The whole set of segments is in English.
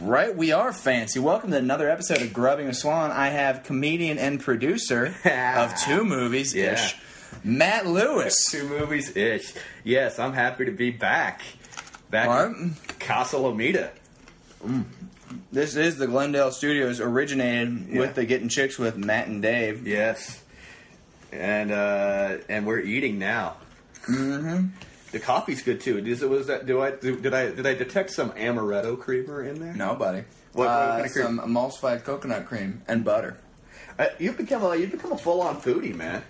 right, we are fancy. Welcome to another episode of Grubbing with Swan. I have comedian and producer of two movies ish, Matt Lewis. Two movies ish. Yes, I'm happy to be back. Back Martin. at Casa Lomita. This is the Glendale Studios, originated Yeah. with the Getting Chicks with Matt and Dave. Yes. And uh and we're eating now. Mm-hmm. The coffee's good too. Is it was that do I do, did I did I detect some amaretto creamer in there? Nobody. What- what uh, kind of cream? Some emulsified coconut cream and butter. Uh, you've become a you've become a full on foodie, man.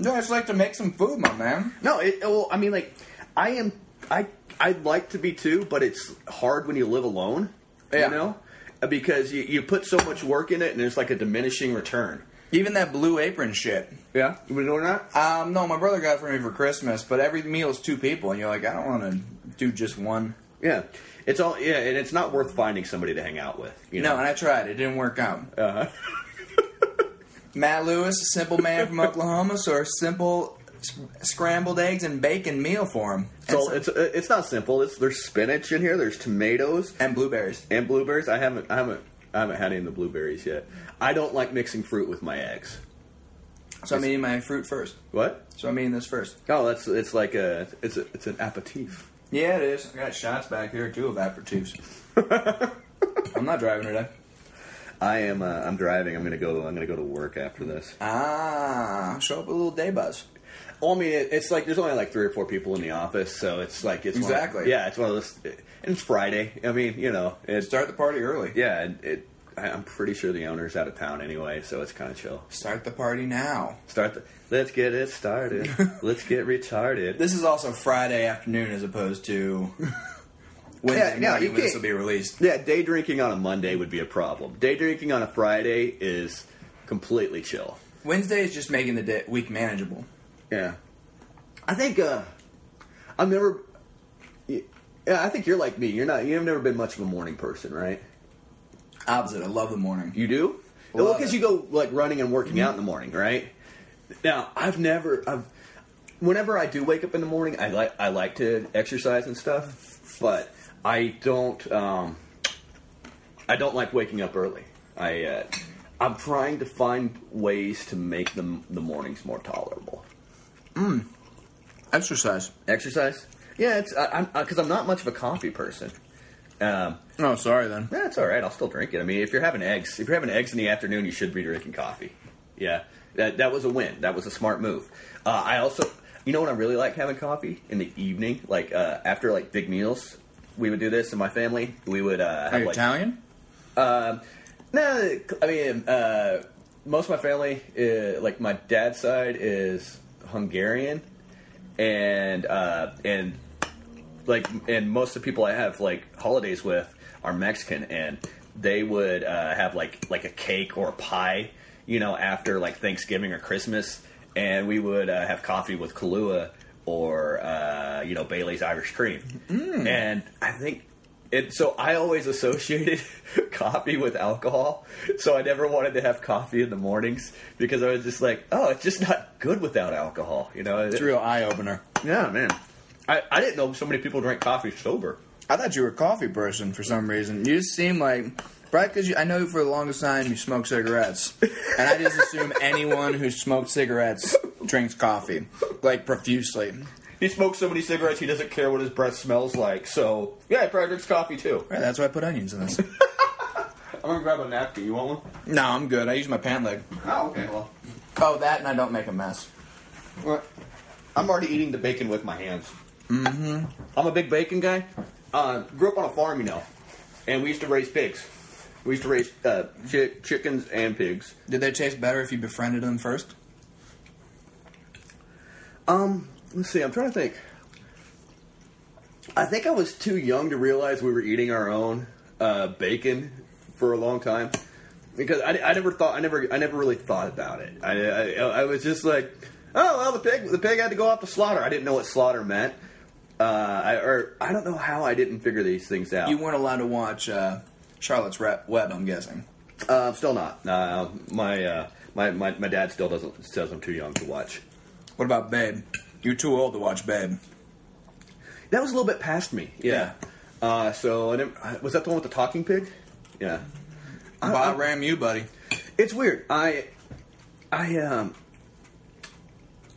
No, I just like to make some food, my man. No, it, well, I mean, like, I am, I, I'd like to be too, but it's hard when you live alone, Yeah. you know, because you, you put so much work in it, and there's like a diminishing return. Even that blue apron shit. Yeah, you know or not? Um, no, my brother got it for me for Christmas, but every meal's two people, and you're like, I don't want to do just one. Yeah, it's all yeah, and it's not worth finding somebody to hang out with. You No, know, and I tried. It didn't work out. Uh-huh. Matt Lewis, a simple man from Oklahoma, so a simple s- scrambled eggs and bacon meal for him. And, so s- it's uh, it's not simple. It's there's spinach in here, there's tomatoes and blueberries. and blueberries. I haven't, I haven't, I haven't had any of the blueberries yet. I don't like mixing fruit with my eggs. So I'm eating my fruit first. What? So I'm eating this first. Oh, that's it's like a it's a, it's an aperitif. Yeah, it is. I got shots back here, too, of aperitifs. I'm not driving today. I am. Uh, I'm driving. I'm gonna go. I'm gonna go to work after this. Ah, show up with a little day buzz. Well, I mean, it, it's like there's only like three or four people in the office, so it's like it's one of- Exactly. yeah, it's one of those. And it's Friday. I mean, you know, it's Start the party early. yeah. It, it, I- I'm pretty sure the owner's out of town anyway, so it's kind of chill. Start the party now. Start the. Let's get it started. let's get retarded. This is also Friday afternoon as opposed to Wednesday Yeah, morning no, you when this can't- will be released. yeah, day drinking on a Monday would be a problem. Day drinking on a Friday is completely chill. Wednesday is just making the day, week manageable. Yeah. I think uh I've never yeah, I think you're like me. You're not you've never been much of a morning person, right? Opposite. I love the morning. You do? Love well, cuz it. you go like running and working out in the morning, right? Now, I've never I've whenever I do wake up in the morning, I like I like to exercise and stuff, but I don't um I don't like waking up early. I uh I'm trying to find ways to make them the mornings more tolerable. Exercise. Exercise? Yeah, it's because I'm, 'cause I'm not much of a coffee person. Um, Oh, sorry then. that's all right. I'll still drink it. I mean, if you're having eggs, if you're having eggs in the afternoon, you should be drinking coffee. Yeah, that that was a win. That was a smart move. Uh, I also, you know, what I really like having coffee in the evening, like uh, after like big meals. We would do this in my family. We would uh, Are have you like Italian? no, I mean, uh, most of my family, uh like my dad's side, is Hungarian, and uh, and like and most of the people I have like holidays with are Mexican, and they would uh, have like like a cake or a pie, you know, after like Thanksgiving or Christmas, and we would uh, have coffee with Kahlua or uh, you know Bailey's Irish Cream, and I think. It, so I always associated coffee with alcohol, so I never wanted to have coffee in the mornings because I was just like, oh, it's just not good without alcohol, you know. It's a real eye opener. Yeah, man. I, I didn't know so many people drink coffee sober. I thought you were a coffee person for some reason. You just seem like probably because I know for the longest time you smoke cigarettes, and I just assume anyone who smokes cigarettes drinks coffee like profusely. He smokes so many cigarettes he doesn't care what his breath smells like. So yeah, he probably drinks coffee too. Right, that's why I put onions in this. I'm gonna grab a napkin. You want one? no, I'm good. I use my pant leg. Oh, okay. Well, Oh, that, and I don't make a mess. what? I'm already eating the bacon with my hands. Mm-hmm. I'm a big bacon guy. Uh, grew up on a farm, you know, and we used to raise pigs. We used to raise uh, chi- chickens and pigs. Did they taste better if you befriended them first? Um, let's see. I'm trying to think. I think I was too young to realize we were eating our own uh, bacon for a long time because I, I never thought I never I never really thought about it. I, I, I was just like, oh well, the pig the pig had to go off to slaughter. I didn't know what slaughter meant. Uh, I, or I don't know how I didn't figure these things out. You weren't allowed to watch uh, Charlotte's Ra- Web, I'm guessing. Uh, still not. Uh, my, uh, my my my dad still doesn't says I'm too young to watch. What about Babe? You're too old to watch Babe. That was a little bit past me. Yeah. Uh, so I never, was that the one with the talking pig? Yeah. Bob Ram, you buddy. It's weird. I, I um,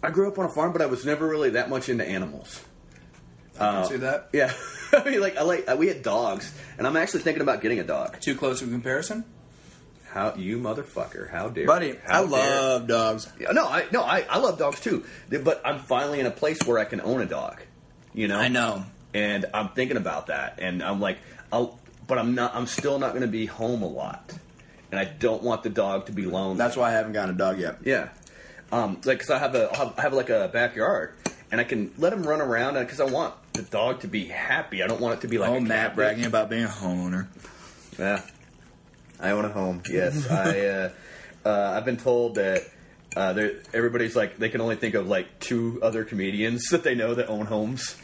I grew up on a farm, but I was never really that much into animals. I can see that. Yeah, I mean, like I like we had dogs, and I'm actually thinking about getting a dog. Too close of a comparison, How you motherfucker? How dare, buddy. I how dare- love dogs. Yeah, No, I no, I, I love dogs too, but I'm finally in a place where I can own a dog. You know, I know. and I'm thinking about that, and I'm like, I'll, but I'm not. I'm still not going to be home a lot, and I don't want the dog to be lonely. That's why I haven't gotten a dog yet. Yeah, um, like because I have a I have, I have like a backyard, and I can let him run around because I want the dog to be happy. I don't want it to be like Oh, a Matt captive. bragging about being a homeowner. Yeah, I own a home. Yes, I. Uh, uh, I've been told that uh, there- everybody's like they can only think of like two other comedians that they know that own homes,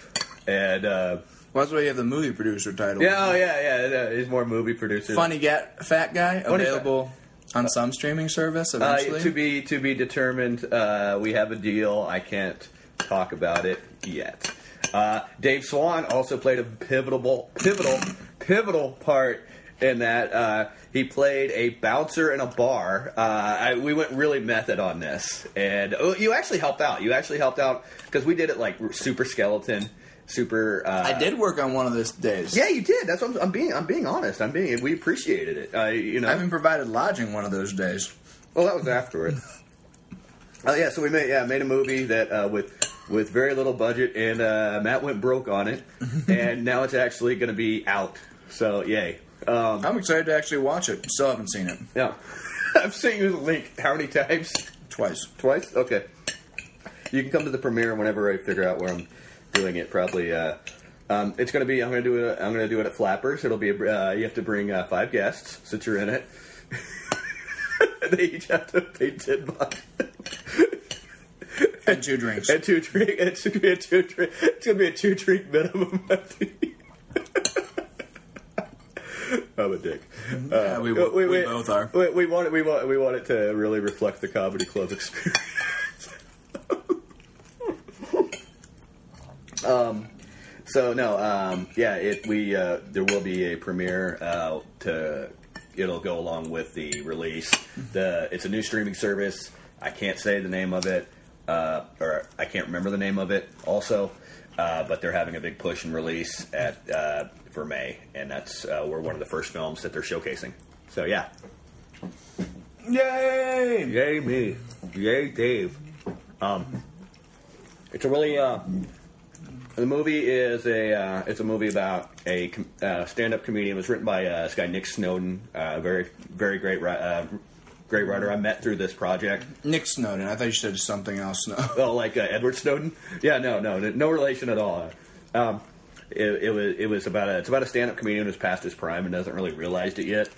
and uh, Well, that's why you have the movie producer title. yeah, oh, yeah, yeah, yeah. There's more movie producers. Funny Gat Fat Guy Funny Fat- available on some streaming service Uh, eventually. to be to be determined. Uh, we have a deal. I can't talk about it yet. Uh, Dave Swan also played a pivotal, pivotal, pivotal part in that. Uh, he played a bouncer in a bar. Uh, I, we went really method on this, and oh, you actually helped out. You actually helped out because we did it like super skeleton, super. I Uh, did work on one of these days. Yeah, you did. That's what I'm, I'm being. I'm being honest. I'm being. We appreciated it. I, you know, I haven't provided lodging one of those days. well, that was after it. Oh yeah, so we made yeah made a movie that uh, with with very little budget, and uh, Matt went broke on it, and now it's actually going to be out. So yay! Um, I'm excited to actually watch it. Still haven't seen it yeah, I've sent you the link how many times? twice. Twice. Okay. You can come to the premiere whenever I figure out where I'm doing it. Probably. Uh, um, it's going to be. I'm going to do it. I'm going to do it at Flappers. It'll be. A, uh, you have to bring uh, five guests since you're in it. they each have to pay ten bucks. And two drinks. A two drink. It's gonna be a two drink. It's gonna be a two drink minimum. I think. I'm a dick. Yeah, Uh, we- we both are. We, we want it. We want. We want it to really reflect the comedy club experience. um. So no. Um. Yeah. It. We. Uh, there will be a premiere. Uh. To. It'll go along with the release. The. It's a new streaming service. I can't say the name of it. Uh. Or I can't remember the name of it. Also. Uh, but they're having a big push and release at uh, for May, and that's uh, we're one of the first films that they're showcasing. So yeah, Yay! Yay me. Yay Dave. Um, it's a really uh, the movie is a uh, it's a movie about a com- uh, stand up comedian. It was written by uh, this guy Nick Snowden, uh, very very great ri- uh, great writer. I met through this project. Nick Snowden. I thought you said something else. No. Oh, like uh, Edward Snowden? Yeah, no, no, no relation at all. Um, it, it was it was about a it's about a stand up comedian who's past his prime and doesn't really realized it yet.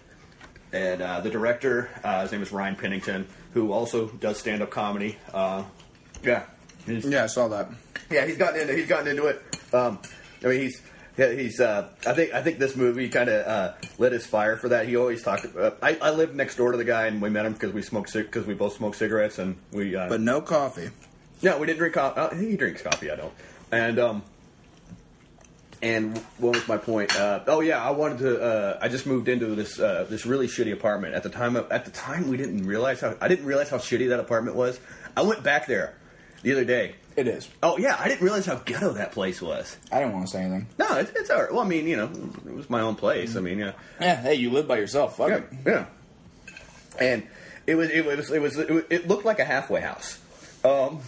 And uh, the director, uh, his name is Ryan Pennington, who also does stand up comedy. Uh, yeah, He's- Yeah, I saw that. yeah, he's gotten into he's gotten into it. Um, I mean, he's yeah, he's. Uh, I think I think this movie kind of uh, lit his fire for that. He always talked. Uh, I, I lived next door to the guy, and we met him because we smoked because we both smoked cigarettes, and we. Uh, But no coffee. no, we didn't drink coffee. Uh, he drinks coffee. I don't. And um, and what was my point? Uh, oh yeah, I wanted to. Uh, I just moved into this uh, this really shitty apartment. At the time, at the time, we didn't realize how I didn't realize how shitty that apartment was. I went back there the other day. It is. Oh yeah, I didn't realize how ghetto that place was. I didn't want to say anything. No, it's, it's all right. Well, I mean, you know, it was my own place. I mean, yeah. Yeah, hey, you live by yourself. Fuck Yeah, it. yeah. And it was it was it was it, was, it looked like a halfway house, um,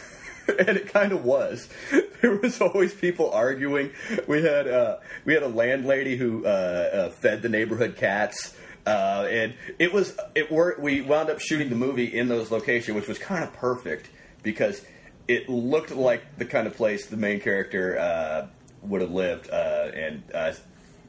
and it kind of was. There was always people arguing. We had uh, we had a landlady who uh, uh, fed the neighborhood cats. Uh, and it was it were we wound up shooting the movie in those location, which was kind of perfect because it looked like the kind of place the main character uh, would have lived. Uh, and uh,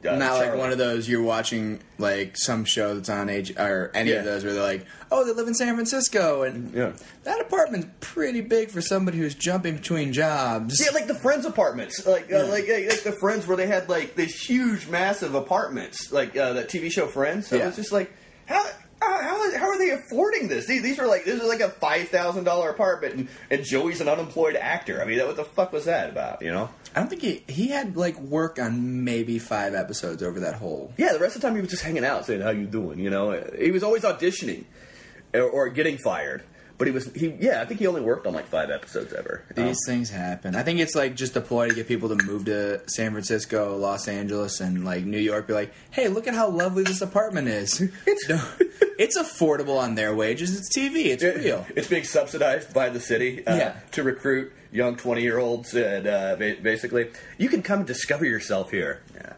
uh, Not like Charlie. one of those you're watching like some show that's on H or any Yeah. of those where they're like, oh, they live in San Francisco and Yeah. that apartment's pretty big for somebody who's jumping between jobs. Yeah, like the Friends apartments, like uh, like like the Friends where they had like these huge, massive apartments, like uh, that TV show Friends. So Yeah. It was just like how. I how, how, how are they affording this? These, these were like this is like a five thousand dollar apartment, and, and Joey's an unemployed actor. I mean, that, what the fuck was that about? You know? I don't think he he had like work on maybe five episodes over that whole. Yeah, the rest of the time he was just hanging out, saying how you doing. You know, he was always auditioning or, or getting fired. But he was he yeah, I think he only worked on like five episodes ever. Um, These things happen. I think it's like just a ploy to get people to move to San Francisco, Los Angeles, and like New York. Be like, hey, look at how lovely this apartment is. It's it's affordable on their wages. It's TV. It's It- real. It's being subsidized by the city uh, Yeah. to recruit young 20 year olds. And uh, ba- basically, you can come discover yourself here. Yeah.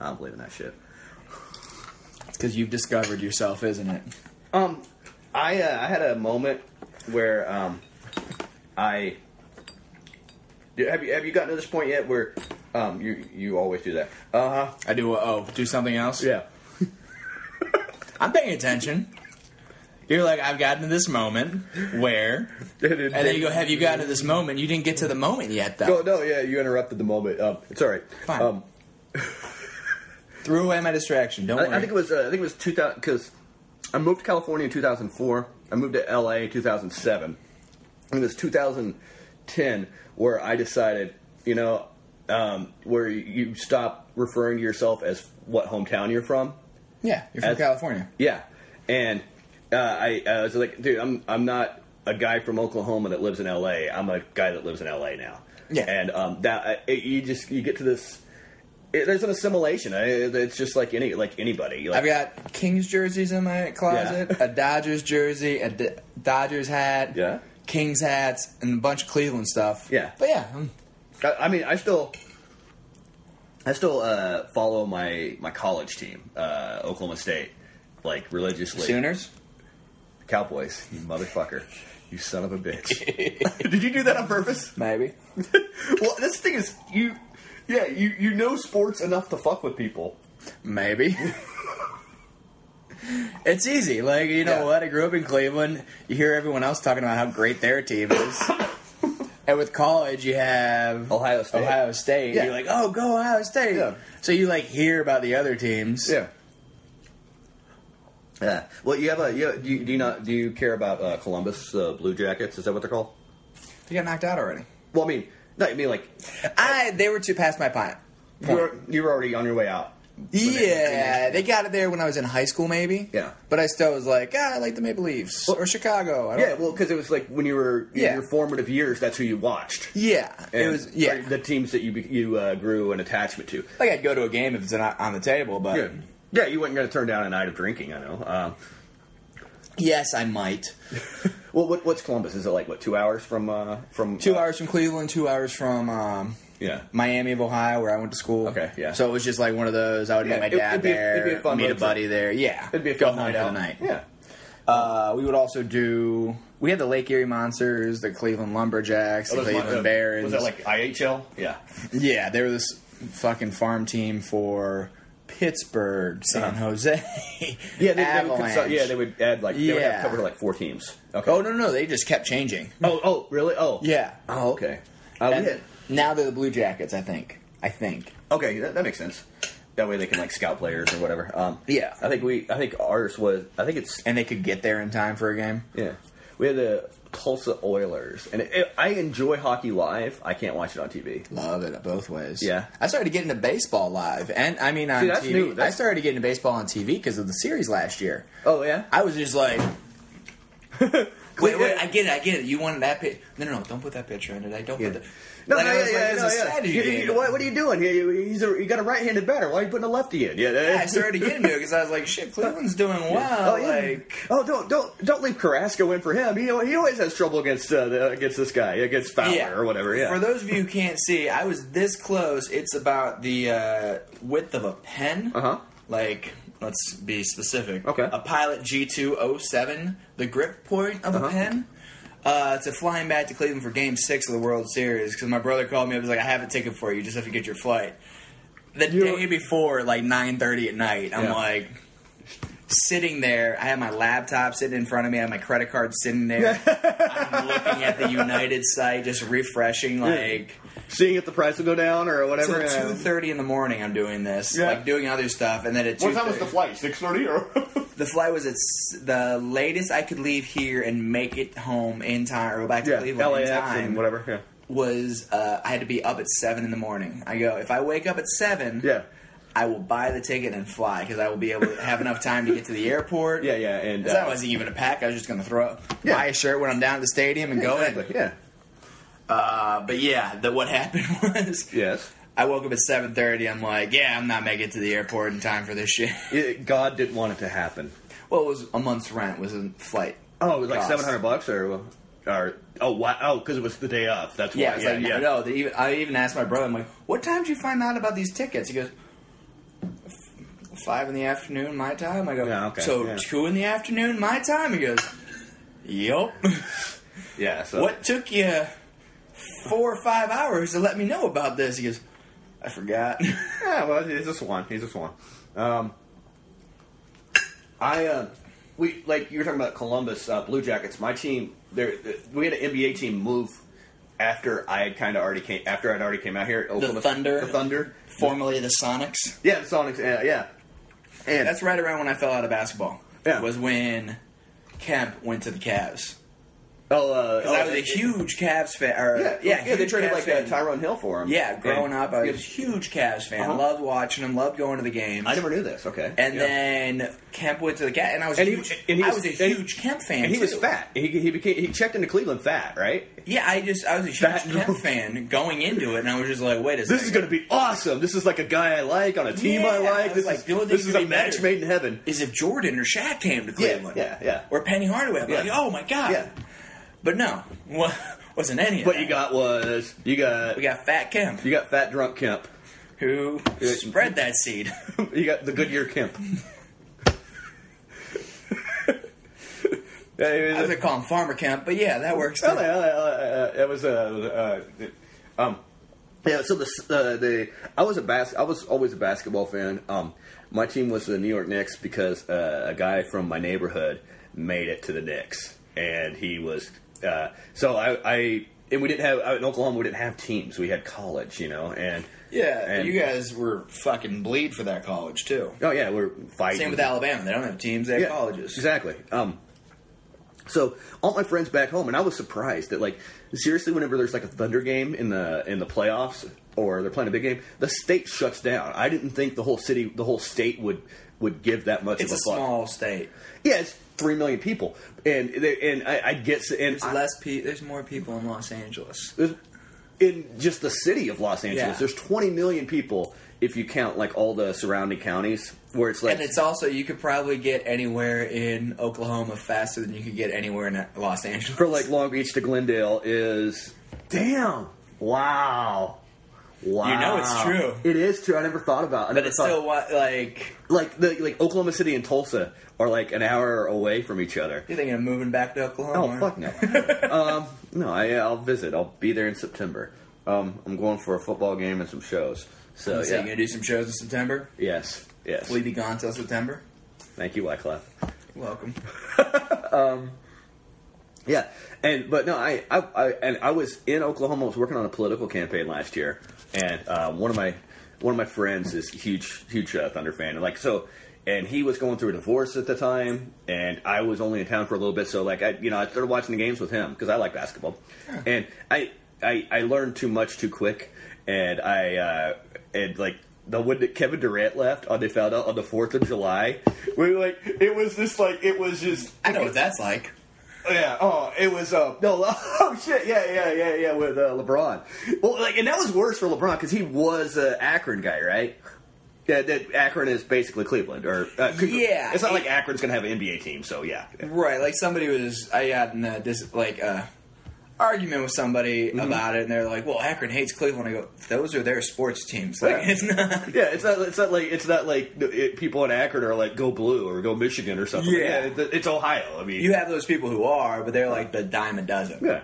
I don't believe in that shit. Because you've discovered yourself, isn't it? Um, I, uh, I had a moment where um, I. Yeah, Have you, have you gotten to this point yet where um, you, you always do that? Uh huh. I do. Oh, do something else. Yeah. I'm paying attention. You're like, I've gotten to this moment where, and and then you go, have you gotten to this moment? You didn't get to the moment yet, No, though. Oh, no, yeah, you interrupted the moment. Um, it's all right. Fine. Um, Threw away my distraction. Don't worry. I, I think it was. Uh, I think it was 2000 because I moved to California in 2004. I moved to LA in 2007. And it was 2010 where I decided, you know, um, where you stop referring to yourself as what hometown you're from. yeah, you're from As- California. Yeah, and uh, I, I was like, dude, I'm I'm not a guy from Oklahoma that lives in L.A. I'm a guy that lives in L.A. now. Yeah. and um, that I- it, you just you get to this. It, there's an assimilation. I, it's just like any like anybody. Like, I've got Kings jerseys in my closet, a Dodgers jersey, a D- Dodgers hat, Yeah. Kings hats, and a bunch of Cleveland stuff. Yeah. but yeah, um, I, I mean, I still, I still uh, follow my my college team, uh, Oklahoma State, like religiously. Sooners. Cowboys, you motherfucker, you son of a bitch. Did you do that on purpose? Maybe well, this thing is you. Yeah, you, you know sports enough to fuck with people. Maybe. it's easy. Like, you know Yeah. what? I grew up in Cleveland. You hear everyone else talking about how great their team is. and with college, you have Ohio State. Ohio State. Yeah. You're like, oh, go Ohio State. Yeah. So you, like, hear about the other teams. Yeah. Well, you have a you have, do, you, do you not do you care about uh, Columbus uh, Blue Jackets? Is that what they're called? They got knocked out already. Well, I mean, no, I mean like I They were too past my pint. you were you were already on your way out. Yeah, they got it there when I was in high school, maybe. Yeah. But I still was like, ah, I like the Maple Leafs. or Chicago. I don't Yeah, well, because it was like when you were in Yeah. your formative years, that's who you watched. yeah. It And- was, yeah. or the teams that you be- you uh, grew an attachment to. like, I'd go to a game if it's not on the table, but. Yeah, yeah, you weren't going to turn down a night of drinking. I know. Um, Yes, I might. well, what, what's Columbus? Is it like what two hours from uh, from Two uh, hours from Cleveland, two hours from um, Yeah. Miami of Ohio, where I went to school. Okay, yeah. So it was just like one of those. I would Yeah, meet my it- dad it'd be a- there, it'd be a fun meet a road trip. buddy there. Yeah, It'd be a go fun home night for out. the night. Yeah. Uh, we would also do. We had the Lake Erie Monsters, the Cleveland Lumberjacks, the Was Cleveland that- Barons. uh, Was that like IHL? Yeah. yeah, they were this fucking farm team for Pittsburgh, San Jose, Uh-huh. Yeah, they, they would Avalanche. consult, yeah, they would add like they would Yeah. have cover like four teams. Okay. oh no, no, they just kept changing. oh, oh, really? Oh, Yeah. Oh, okay. Uh, we And had- now they're the Blue Jackets, I think. I think. okay, that, that makes sense. That way they can like scout players or whatever. Um, Yeah. I think we. I think ours was. I think it's. and they could get there in time for a game. Yeah. We had the Tulsa Oilers, and it, it- I enjoy hockey live. I can't watch it on TV. Love it both ways. Yeah. I started to get into baseball live, and I mean on that's TV. new. I That's- started to get into baseball on TV because of the series last year. Oh yeah. I was just like, wait, wait, I get it, I get it. You wanted that picture? No, no, no, don't put that picture in it. I don't Yeah. put the. No, Like, no, I yeah, was like, yeah, it's no, a yeah. strategy You- you- game. what, what are you doing? He, he's a, you got a right-handed batter. Why are you putting a lefty in? Yeah, that- I started to get into it because I was like, shit, Cleveland's doing well. Oh yeah. Like, oh, don't don't don't leave Carrasco in for him. He, he always has trouble against uh, the, against this guy, against Fowler yeah. or whatever. Yeah. For those of you who can't see, I was this close. It's about the uh, width of a pen. Uh-huh. Like, let's be specific. Okay. A Pilot G207, the grip point of Uh-huh. a pen. Uh, to flying back to Cleveland for Game Six of the World Series because my brother called me up. He's like, "I have a ticket for you. You just have to get your flight." The You- day before, like nine thirty at night, I'm Yeah. like sitting there. I have my laptop sitting in front of me. I have my credit card sitting there. I'm looking at the United site, just refreshing. Like Seeing if the price will go down or till whatever. two thirty in the morning, I'm doing this, um, Yeah. like doing other stuff, and then at two. flight? Six thirty or? the flight was at s- the latest I could leave here and make it home in time, or go back to Yeah, Cleveland in LAX time. and whatever. Yeah, was uh, I had to be up at seven in the morning. I go if I wake up at seven, yeah, I will buy the ticket and fly because I will be able to have enough time to get to the airport. yeah, yeah. And uh, Because I wasn't even a pack. I was just gonna throw Yeah. buy a shirt when I'm down at the stadium and go exactly. in. Yeah. Uh, but yeah, the, what happened was Yes. I woke up at seven thirty. I'm like, yeah, I'm not making it to the airport in time for this shit. It, God didn't want it to happen. well, it was a month's rent was a flight. Oh, it was like Cost. seven hundred bucks, or or oh wow, oh because it was the day off. That's why. Yeah, it's yeah, like yeah. no. They even, I even asked my brother, I'm like, "What time did you find out about these tickets?" He goes, "F- five in the afternoon, my time." I go, Yeah, okay, "So yeah. two in the afternoon, my time." He goes, "Yup." yeah. So what took you four or five hours to let me know about this? He goes, "I forgot." Yeah, well, he's a swan. He's a swan. Um, I uh, we like you were talking about Columbus uh, Blue Jackets. My team, there, we had an NBA team move after I had kind of already came after I'd already came out here. Oklahoma- Thunder. the Thunder, Formerly the Sonics. yeah, the Sonics, yeah, yeah. And That's right around when I fell out of basketball. Yeah. Was when Kemp went to the Cavs. oh, uh, oh, Because I was a it- huge Cavs fan. Or, Yeah, yeah, yeah. They huge traded Cavs like uh, fan. Tyron Hill for him. Yeah, growing And- up, I was a Yeah, huge Cavs fan. Uh-huh. Loved watching them. Loved going to the games. I never knew this. Okay, and Yeah. then Kemp went to the Cavs, and I was And he- huge. and he I was- was a and- huge Kemp fan. and he was too. fat. He he became he checked into Cleveland fat, right? Yeah, I just I was a huge Fat Kemp fan going into it, and I was just like, wait a This second. is going to be awesome. This is like a guy I like on a team Yeah, I I like. was This like, is the only thing this that is could a be match better made in heaven. is if Jordan or Shaq came to Yeah, Cleveland, yeah, yeah. or Penny Hardaway, I'd be Yeah. like, oh my god. Yeah. But no, wa- wasn't any of What that. you got was you got We got Fat Kemp, you got fat drunk Kemp. who Yeah. spread that seed. you got the Goodyear Kemp. Yeah, it was- I was gonna call him Farmer Kemp, but yeah, that works. Oh, too. yeah, uh, uh, it was uh, uh, um, yeah. So the uh, the I was a bas- I was always a basketball fan. Um, my team was the New York Knicks because uh, a guy from my neighborhood made it to the Knicks, and he was uh, so I I and we didn't have out in Oklahoma we didn't have teams. We had college, you know, and Yeah, and you guys were fucking bleed for that college too. Oh yeah, we're fighting. Same with Alabama; they don't have teams; they have colleges. Exactly. Um, so all my friends back home, and I was surprised that like seriously, whenever there's like a Thunder game in the in the playoffs or they're playing a big game, the state shuts down. I didn't think the whole city, the whole state would would give that much It's of a a fuck. small state. Yeah, it's three million people, and they, and I, I get and There's I- less pe- There's more people in Los Angeles. there's- in just the city of Los Angeles, Yeah. there's 20 million people if you count like all the surrounding counties, where it's like And it's also you could probably get anywhere in Oklahoma faster than you could get anywhere in Los Angeles. for like Long Beach to Glendale is damn. Wow. Wow. You know it's true. It is true. I never thought about. I but never it's thought, still what like like the like Oklahoma City and Tulsa are like an hour away from each other. you're thinking of moving back to Oklahoma. Oh fuck no. um, no, I, I'll visit. I'll be there in September. Um, I'm going for a football game and some shows. So So you're yeah. gonna do some shows in September? Yes. Yes. Will you be gone till September? Thank you, Wyclef. You're welcome. Yeah, and but no, I, I, I and I was in Oklahoma. I was working on a political campaign last year, and uh, one of my one of my friends is huge huge uh, Thunder fan, and like so, and he was going through a divorce at the time, and I was only in town for a little bit, so like I you know I started watching the games with him because I like basketball, and I, I I learned too much too quick, and I uh, and like the when that Kevin Durant left on they found out on the fourth of July, we like it was just like it was just I know what that's like. yeah. Oh, it was. Uh, no. Oh shit. Yeah. Yeah. Yeah. Yeah. With uh, LeBron. Well, like, and that was worse for LeBron because he was an Akron guy, right? Yeah. That Akron is basically Cleveland, or uh, Cle- Yeah. It's not like Akron's gonna have an NBA team, so yeah. Right, like somebody was I got in a, this like uh, argument with somebody about it, and they're like, "Well, Akron hates Cleveland." I go, "Those are their sports teams. Like, Yeah. it's not." Yeah, it's not. It's not like it's not like it, people in Akron are like go blue or go Michigan or something. Yeah. it's, it's Ohio. I mean, You have those people who are, but they're like the dime a dozen. Yeah.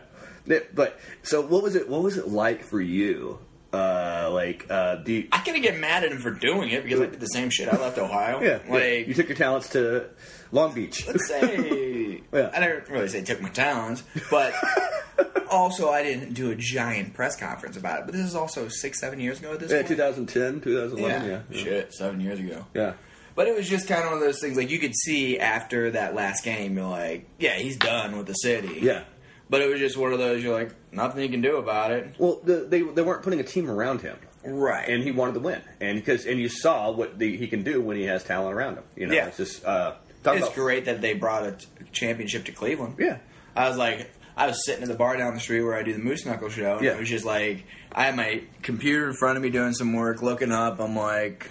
That- But so, what was it? What was it like for you? Uh, like, uh, do you, I kind of get mad at him for doing it because I did the same shit. I left Ohio. yeah, like you took your talents to Long Beach. let's say Yeah. I don't really say took my talents, but also I didn't do a giant press conference about it. But this is also six, seven years ago at this Yeah, point. 2010, 2011, yeah. Shit, seven years ago. Yeah. But it was just kind of one of those things like you could see after that last game, you're like, yeah, he's done with the city. Yeah. But it was just one of those you're like, nothing you can do about it. Well, the, they they weren't putting a team around him, Right. and he wanted to win, and because and you saw what the, he can do when he has talent around him. You know, Yeah. it's just uh, talk it's about- great that they brought a t- championship to Cleveland. Yeah. I was like, I was sitting at the bar down the street where I do the Moose Knuckle show, and Yeah. it was just like, I had my computer in front of me doing some work, looking up. I'm like,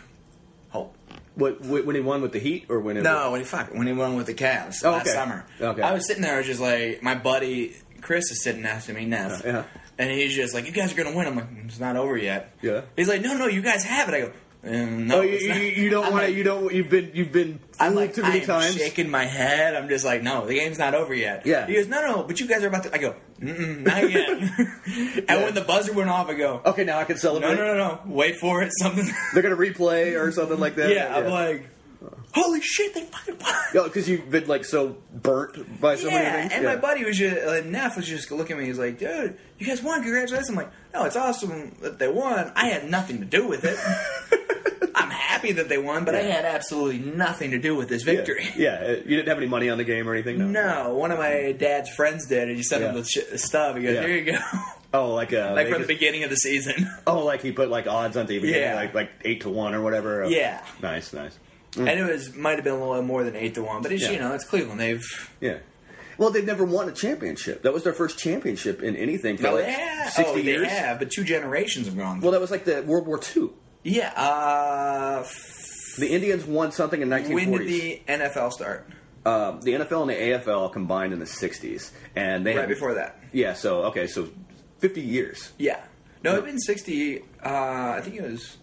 oh, What, wh- when he won with the Heat or when it no, when he fuck, when he won with the Cavs Oh, last okay. summer. Okay. I was sitting there, I was just like, my buddy Chris is sitting next to me, Neff, Yeah. and he's just like, you guys are gonna win. I'm like, it's not over yet. Yeah. He's like, no, no, you guys have it. I go, "Mm, no, Oh, you, it's you, not." you don't I'm want to. like- You don't. You've been. You've been fooled I'm like, too I many am times. shaking my head. I'm just like, no, the game's not over yet. Yeah. He goes, no, no, but you guys are about to. I go, Mm-mm, not yet. and Yeah. Oh, when the buzzer went off, I go, Okay, now I can celebrate. no, no, no, no, wait for it, something. They're gonna replay or something like yeah, that. I'm like, holy shit, they fucking won. because you've been like so burnt by so many yeah, things. and yeah. my buddy was just, uh, Neff was just looking at me. He's like, dude, you guys won, congratulations. I'm like, no, it's awesome that they won. I had nothing to do with it. I'm happy that they won, but I Yeah. had absolutely nothing to do with this Yeah. victory. Yeah, uh, you didn't have any money on the game or anything. No. No, one of my dad's friends did, and he sent him Yeah. the sh- stuff. He goes, Yeah. "Here you go," Oh, like uh, like they from the just- beginning of the season. Oh, like he put like odds on TV. Yeah. Like like eight to one or whatever. Oh, Yeah. Nice, nice. And it was might have been a little more than eight to one, but it's Mm. Yeah. you know it's Cleveland. They've Yeah. Well, they've never won a championship. That was their first championship in anything for oh like yeah, 60 oh, years. they have, but two generations have gone. Well, Well, that was like the World War II. yeah. Uh, f- The Indians won something in 1940s. when did the NFL start? um, the NFL and the AFL combined in the 60s, and they Right had- before that. Yeah, so okay, so 50 years. Yeah. No, it'd been sixty. Uh, I think it was.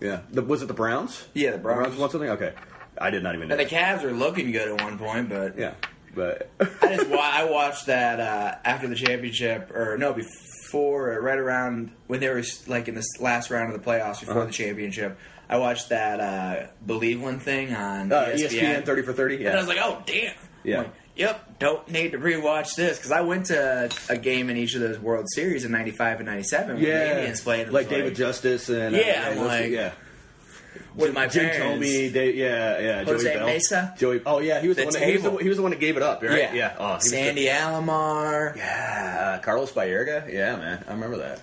Yeah, the, was it the Browns? Yeah, the Browns. won something. Okay, I did not even. know. And the Cavs were looking good at one point, but yeah, but uh, I just wa- I watched that uh, after the championship, or no, before, or right around when they were like in this last round of the playoffs before Uh-huh. the championship. I watched that uh, Believeland thing on E uh, ESPN, ESPN 30 for 30. Yeah, and I was like, oh damn. I'm Yeah. like, yep. Don't need to rewatch this because I went to a game in each of those World Series in '95 and '97. when the Indians played. and it like was David Justice and uh, Yeah, I'm those- like, yeah. with my Jim parents. Tomey, Dave, yeah, yeah, Jose Joey Bell. Mesa? Joey. Oh yeah, he was the, The one. That, he, was the, table. he was the one that gave it up, right? Yeah, yeah. Oh, he was Sandy Alomar. The, yeah, uh, Carlos Baerga. Yeah, man, I remember that.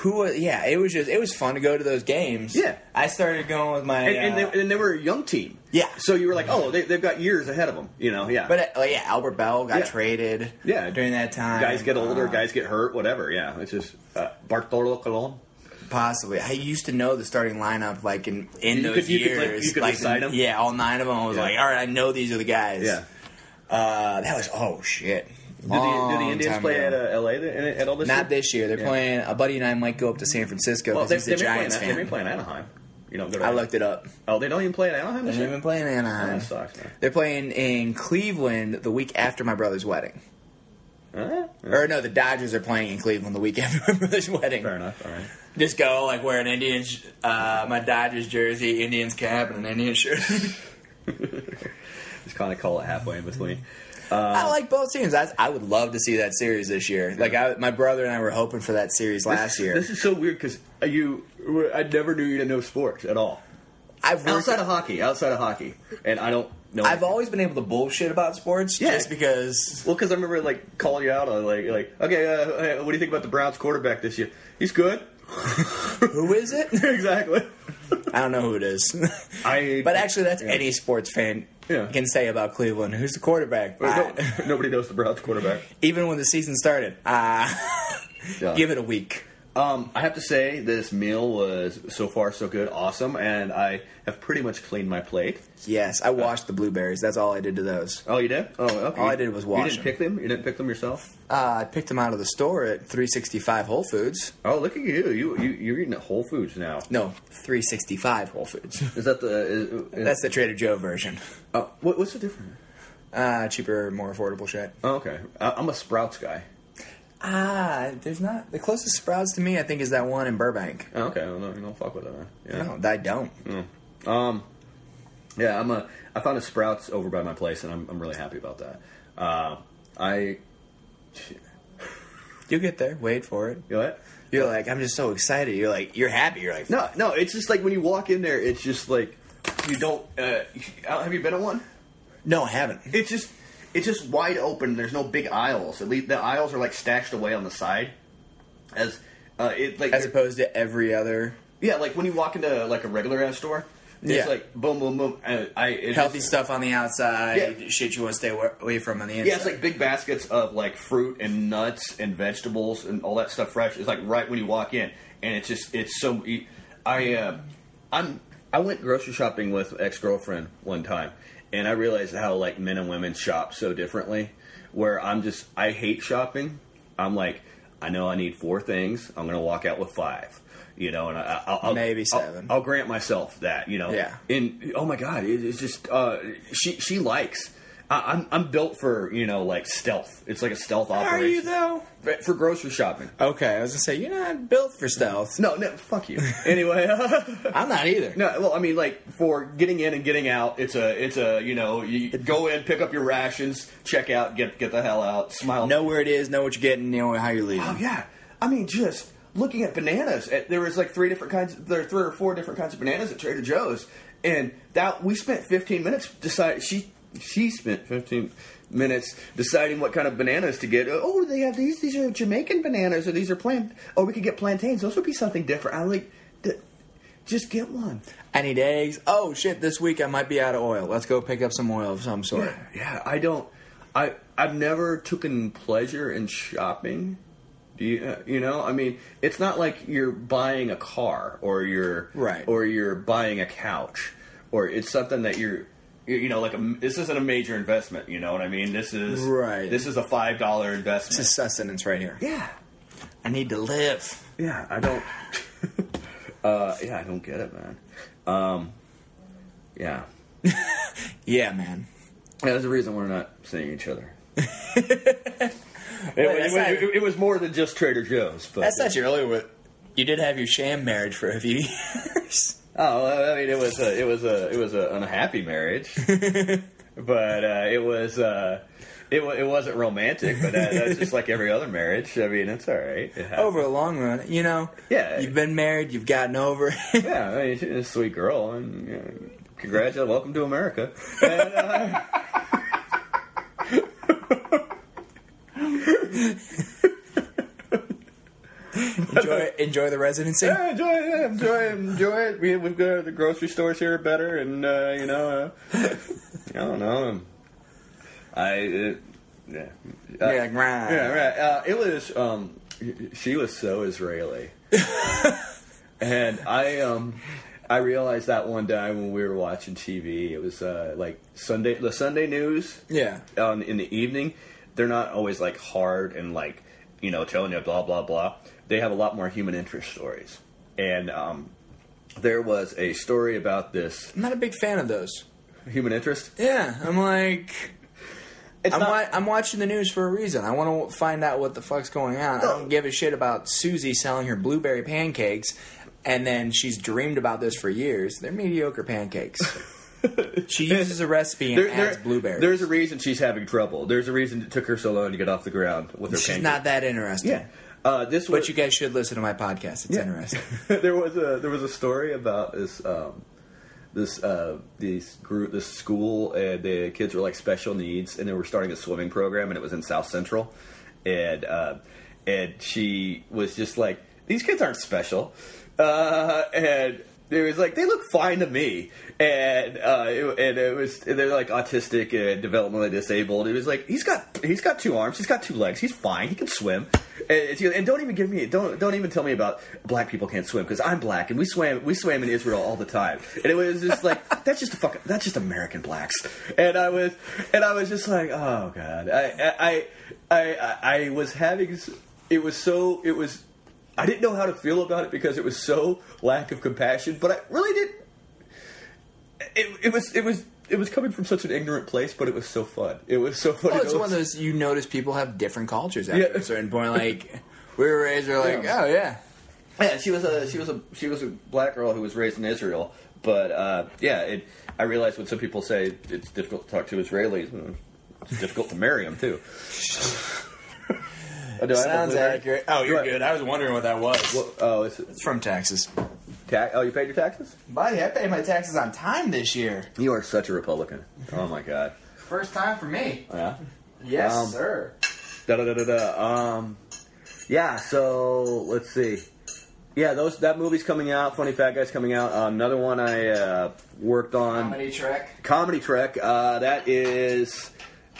Who? was- Yeah, it was just it was fun to go to those games. Yeah. I started going with my And, and, uh, they, and they were a young team. Yeah. So you were like, oh, they, they've got years ahead of them. You know, yeah. But uh, oh, yeah, Albert Bell got Yeah. traded. Yeah. during that time, guys get older, Uh, guys get hurt, whatever. Yeah, it's just uh, Bartolo Colon. Possibly, I used to know the starting lineup like in in You those could- you could, years. like- you could recite 'em? Yeah, all nine of them. I was Yeah. like, all right, I know these are the guys. Yeah. uh, that was oh shit. Do the, do the Indians play at uh, LA th- at, at all this? Not year? this year. They're Yeah. playing. A buddy and I might go up to San Francisco Well, because they, he's they, a may play in, Giants they may fan. play in Anaheim. You know, go to I Anaheim. looked it up. Oh, they don't even play in Anaheim this They're year. even playing Oh, Anaheim. that sucks. Man. They're playing in Cleveland the week after my brother's wedding. Huh? Yeah, Or no, the Dodgers are playing in Cleveland the week after my brother's wedding. Fair enough. All right. Just go like wear an Indians, uh, my Dodgers jersey, Indians cap, and an Indian shirt. Just kind of call it halfway in between. Uh, I like both teams. I, I would love to see that series this year. Like I, my brother and I were hoping for that series last year. This is so weird because you, I never knew you to know sports at all. I've worked, Outside of hockey, outside of hockey, and I don't know. I've always been able to bullshit about sports Yeah. just because. Well, because I remember like calling you out on like like okay, uh, hey, what do you think about the Browns quarterback this year? He's good. Who is it? exactly. I don't know who it is. I. but actually, that's Yeah. any sports fan Yeah. can say about Cleveland. Who's the quarterback? No- Ah. nobody knows the Browns quarterback. even when the season started. Uh, Yeah. Give it a week. Um, I have to say this meal was so far so good, awesome, and I have pretty much cleaned my plate. Yes, Uh. I washed the blueberries. That's all I did to those. Oh, you did? Oh, okay. All I did was You wash didn't pick them. You didn't pick them yourself. Uh, I picked them out of the store at 365 Whole Foods. Oh, look at you! You you you're eating at Whole Foods now. No, 365 Whole Foods. Is that the? Is, is- That's the Trader Joe version. oh, what, what's the difference? Uh, cheaper, more affordable shit. Oh, okay. I, I'm a Sprouts guy. Ah, there's not the closest Sprouts to me. I think is that one in Burbank. Oh, okay, well, no, you don't fuck with that. huh? Yeah. No, I don't. Um, yeah, I'm a. I found a Sprouts over by my place, and I'm, I'm really happy about that. Uh, I, you You'll get there. Wait for it. know what? You're like, I'm just so excited. You're like, you're happy. You're like, No, no, it's just like when you walk in there, it's just like if you don't, uh, have you been to one? No, I haven't. It's just it's just wide open. There's no big aisles. At least the aisles are like stashed away on the side. As uh, it like As opposed to every other yeah, like when you walk into like a regular ass store, there's Yeah. like boom, boom, boom. I, I it's healthy just- stuff on the outside, Yeah. shit you want to stay wa- away from on the inside. Yeah, it's like big baskets of like fruit and nuts and vegetables and all that stuff fresh. It's like right when you walk in, and it's just it's so. I uh, I'm I went grocery shopping with ex girlfriend one time, and I realized how like men and women shop so differently. Where I'm just I hate shopping. I'm like I know I need four things. I'm gonna walk out with five. You know, and I, I'll, I'll Maybe I'll- seven. I'll grant myself that. You know, Yeah. and oh my god, it, it's just uh, she she likes. I, I'm I'm built for you know like stealth. It's like a stealth Are operation. you though? For- For grocery shopping. Okay, I was gonna say you're not built for stealth. No, no, fuck you. Anyway, I'm not either. no, well, I mean, like for getting in and getting out, it's a, it's a, you know, you go in, pick up your rations, check out, get, get the hell out, smile. Know where it is, know what you're getting, know how you're leaving. Oh yeah, I mean, just looking at bananas. At, there was like three different kinds. There are three or four different kinds of bananas at Trader Joe's, and that we spent 15 minutes deciding. She she spent 15 minutes deciding what kind of bananas to get. Oh, they have these. These are Jamaican bananas, or these are plant. Or we could get plantains. Those would be something different. I like. D- just get one. I need eggs. Oh shit, this week I might be out of oil. Let's go pick up some oil of some sort. Yeah, I don't. I I've never taken pleasure in shopping. Do you uh, you know? I mean, it's not like you're buying a car or you're Right. or you're buying a couch or it's something that you're. You you know, like a, this isn't a major investment. You know what I mean? This is Right. This is a five dollar investment. This is sustenance right here. yeah, I need to live. yeah. I don't. uh, yeah, I don't get it, man. Um, yeah. Yeah, man. Yeah, There's a reason we're not seeing each other. it, Wait, was- that's it was- not- it- it was more than just Trader Joe's. But That's not your only one. You did have your sham marriage for a few years. Oh, I mean, it was a, it was a, it was a, an unhappy marriage, but uh, it was uh, it, wa- it wasn't romantic. But that, that's just like every other marriage. I mean, it's all right. It happens. Over a long run, you know. Yeah. You've been married. You've gotten over. it. yeah, I mean, she's a sweet girl, and you know, congratulations, welcome to America. And, uh, enjoy, enjoy the residency. yeah, enjoy it, enjoy, enjoy it. We, we've got the grocery stores here are better, and uh, you know, uh, I don't know. um, I it, yeah, Uh, You're like, right. yeah, right. Uh, it was um, she was so Israeli, and I um, I realized that one day when we were watching TV, it was uh, like Sunday the Sunday news Yeah. on in the evening, they're not always like hard and like you know telling you blah blah blah. They have a lot more human interest stories. And um, there was a story about this I'm not a big fan of those. human interest. Yeah, I'm like, It's I'm, not- wa- I'm watching the news for a reason. I want to find out what the fuck's going on. I don't give a shit about Susie selling her blueberry pancakes, and then she's dreamed about this for years. They're mediocre pancakes. she uses a recipe and there- there- adds blueberries. There's a reason she's having trouble. There's a reason it took her so long to get off the ground with her. she's pancake. not that interesting. Yeah. Uh, this But was you guys should listen to my podcast. It's interesting. there was a there was a story about this um, this uh, these group this school and the kids were like special needs and they were starting a swimming program and it was in South Central and uh, and she was just like these kids aren't special uh, and it was like they look fine to me and uh, it, and it was and they're like autistic and developmentally disabled it was like he's got he's got two arms he's got two legs he's fine he can swim and, it's- and don't even give me don't don't even tell me about black people can't swim because I'm black and we swam we swam in Israel all the time and it was just like that's just a fucking that's just American blacks and I was and I was just like oh god I I I I, I was having s- it was so it was I didn't know how to feel about it because it was so lack of compassion but I really didn't it, it was it was it was coming from such an ignorant place but it was so fun it was so funny Well, it's to one of those you notice people have different cultures after Yeah. a certain point. Like we were raised, we're like, Yeah. oh yeah, Yeah, she was a she was a she was a black girl who was raised in Israel. But uh, yeah, it, I realize when some people say it's difficult to talk to Israelis, mm, it's difficult to marry them too. Oh, do I have a sounds blueberry? accurate. Oh, you're Right. good. I was wondering what that was. Well, oh, it's, it's from Texas. Ta- oh, you paid your taxes? Buddy, I paid my taxes on time this year. You are such a Republican. Oh my God. First time for me. Yeah. Yes, Um, sir. Da da da da da. Um. Yeah. So let's see. Yeah, those that movie's coming out. Funny Fat Guy's coming out. Uh, another one I uh, worked on. Comedy Trek. Comedy Trek. Uh, that is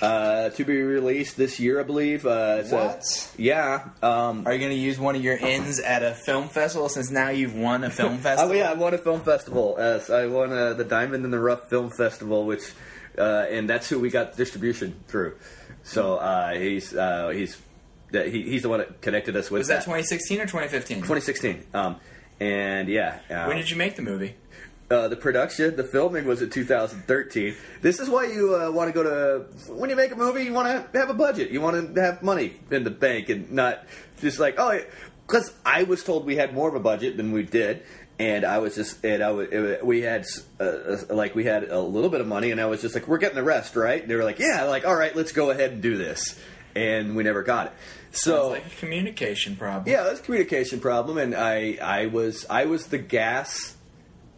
uh, to be released this year, I believe. Uh, it's a- What? yeah. Um, Are you going to use one of your ins at a film festival since now you've won a film oh festival? yeah, I won a film festival. Uh, so I won uh, the Diamond in the Rough Film Festival, which uh, and that's who we got distribution through. So uh, he's uh, he's that he, he's the one that connected us with. Was that 2016 or 2015? 2016? Um, and yeah, um, When did you make the movie? uh, the production, the filming was in 2013. This is why you uh, want to go to when you make a movie, you want to have a budget, you want to have money in the bank, and not just like oh, because I was told we had more of a budget than we did, and I was just and I was, it, we had uh, uh, like we had a little bit of money, and I was just like we're getting the rest, right? And they were like yeah, like all right, let's go ahead and do this, and we never got it. So It's like a communication problem. yeah, that's a communication problem, and I, I was I was the gas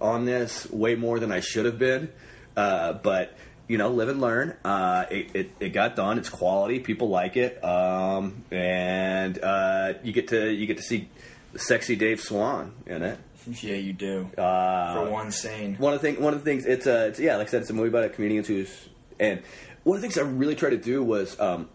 on this way more than I should have been, uh, but you know, live and learn. Uh, it, it, it got done. It's quality. People like it, um, and uh, you get to you get to see sexy Dave Swan in it. Yeah, you do. Uh, For one scene. one of the thing, one of the things, it's a, it's, yeah, like I said, it's a movie about a comedian who's, and one of the things I really tried to do was, um,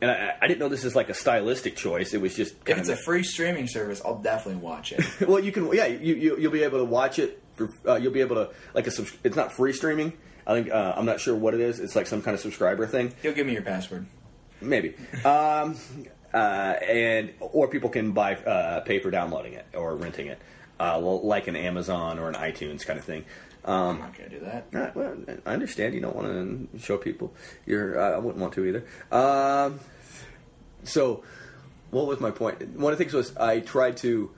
and I, I didn't know this is like a stylistic choice. It was just If kind it's of a free streaming service, I'll definitely watch it. well, you can. Yeah, you, you you'll be able to watch it. For, uh, you'll be able to like a. Subs- it's not free streaming. I think uh, I'm not sure what it is. It's like some kind of subscriber thing, You'll give me your password. maybe. Um, uh, and or people can buy uh, pay for downloading it or renting it, uh, well, like an Amazon or an iTunes kind of thing. Um, I'm not going to do that. All right, well, I understand you don't want to show people your. I I wouldn't want to either. Um, so, what was my point? One of the things was I tried to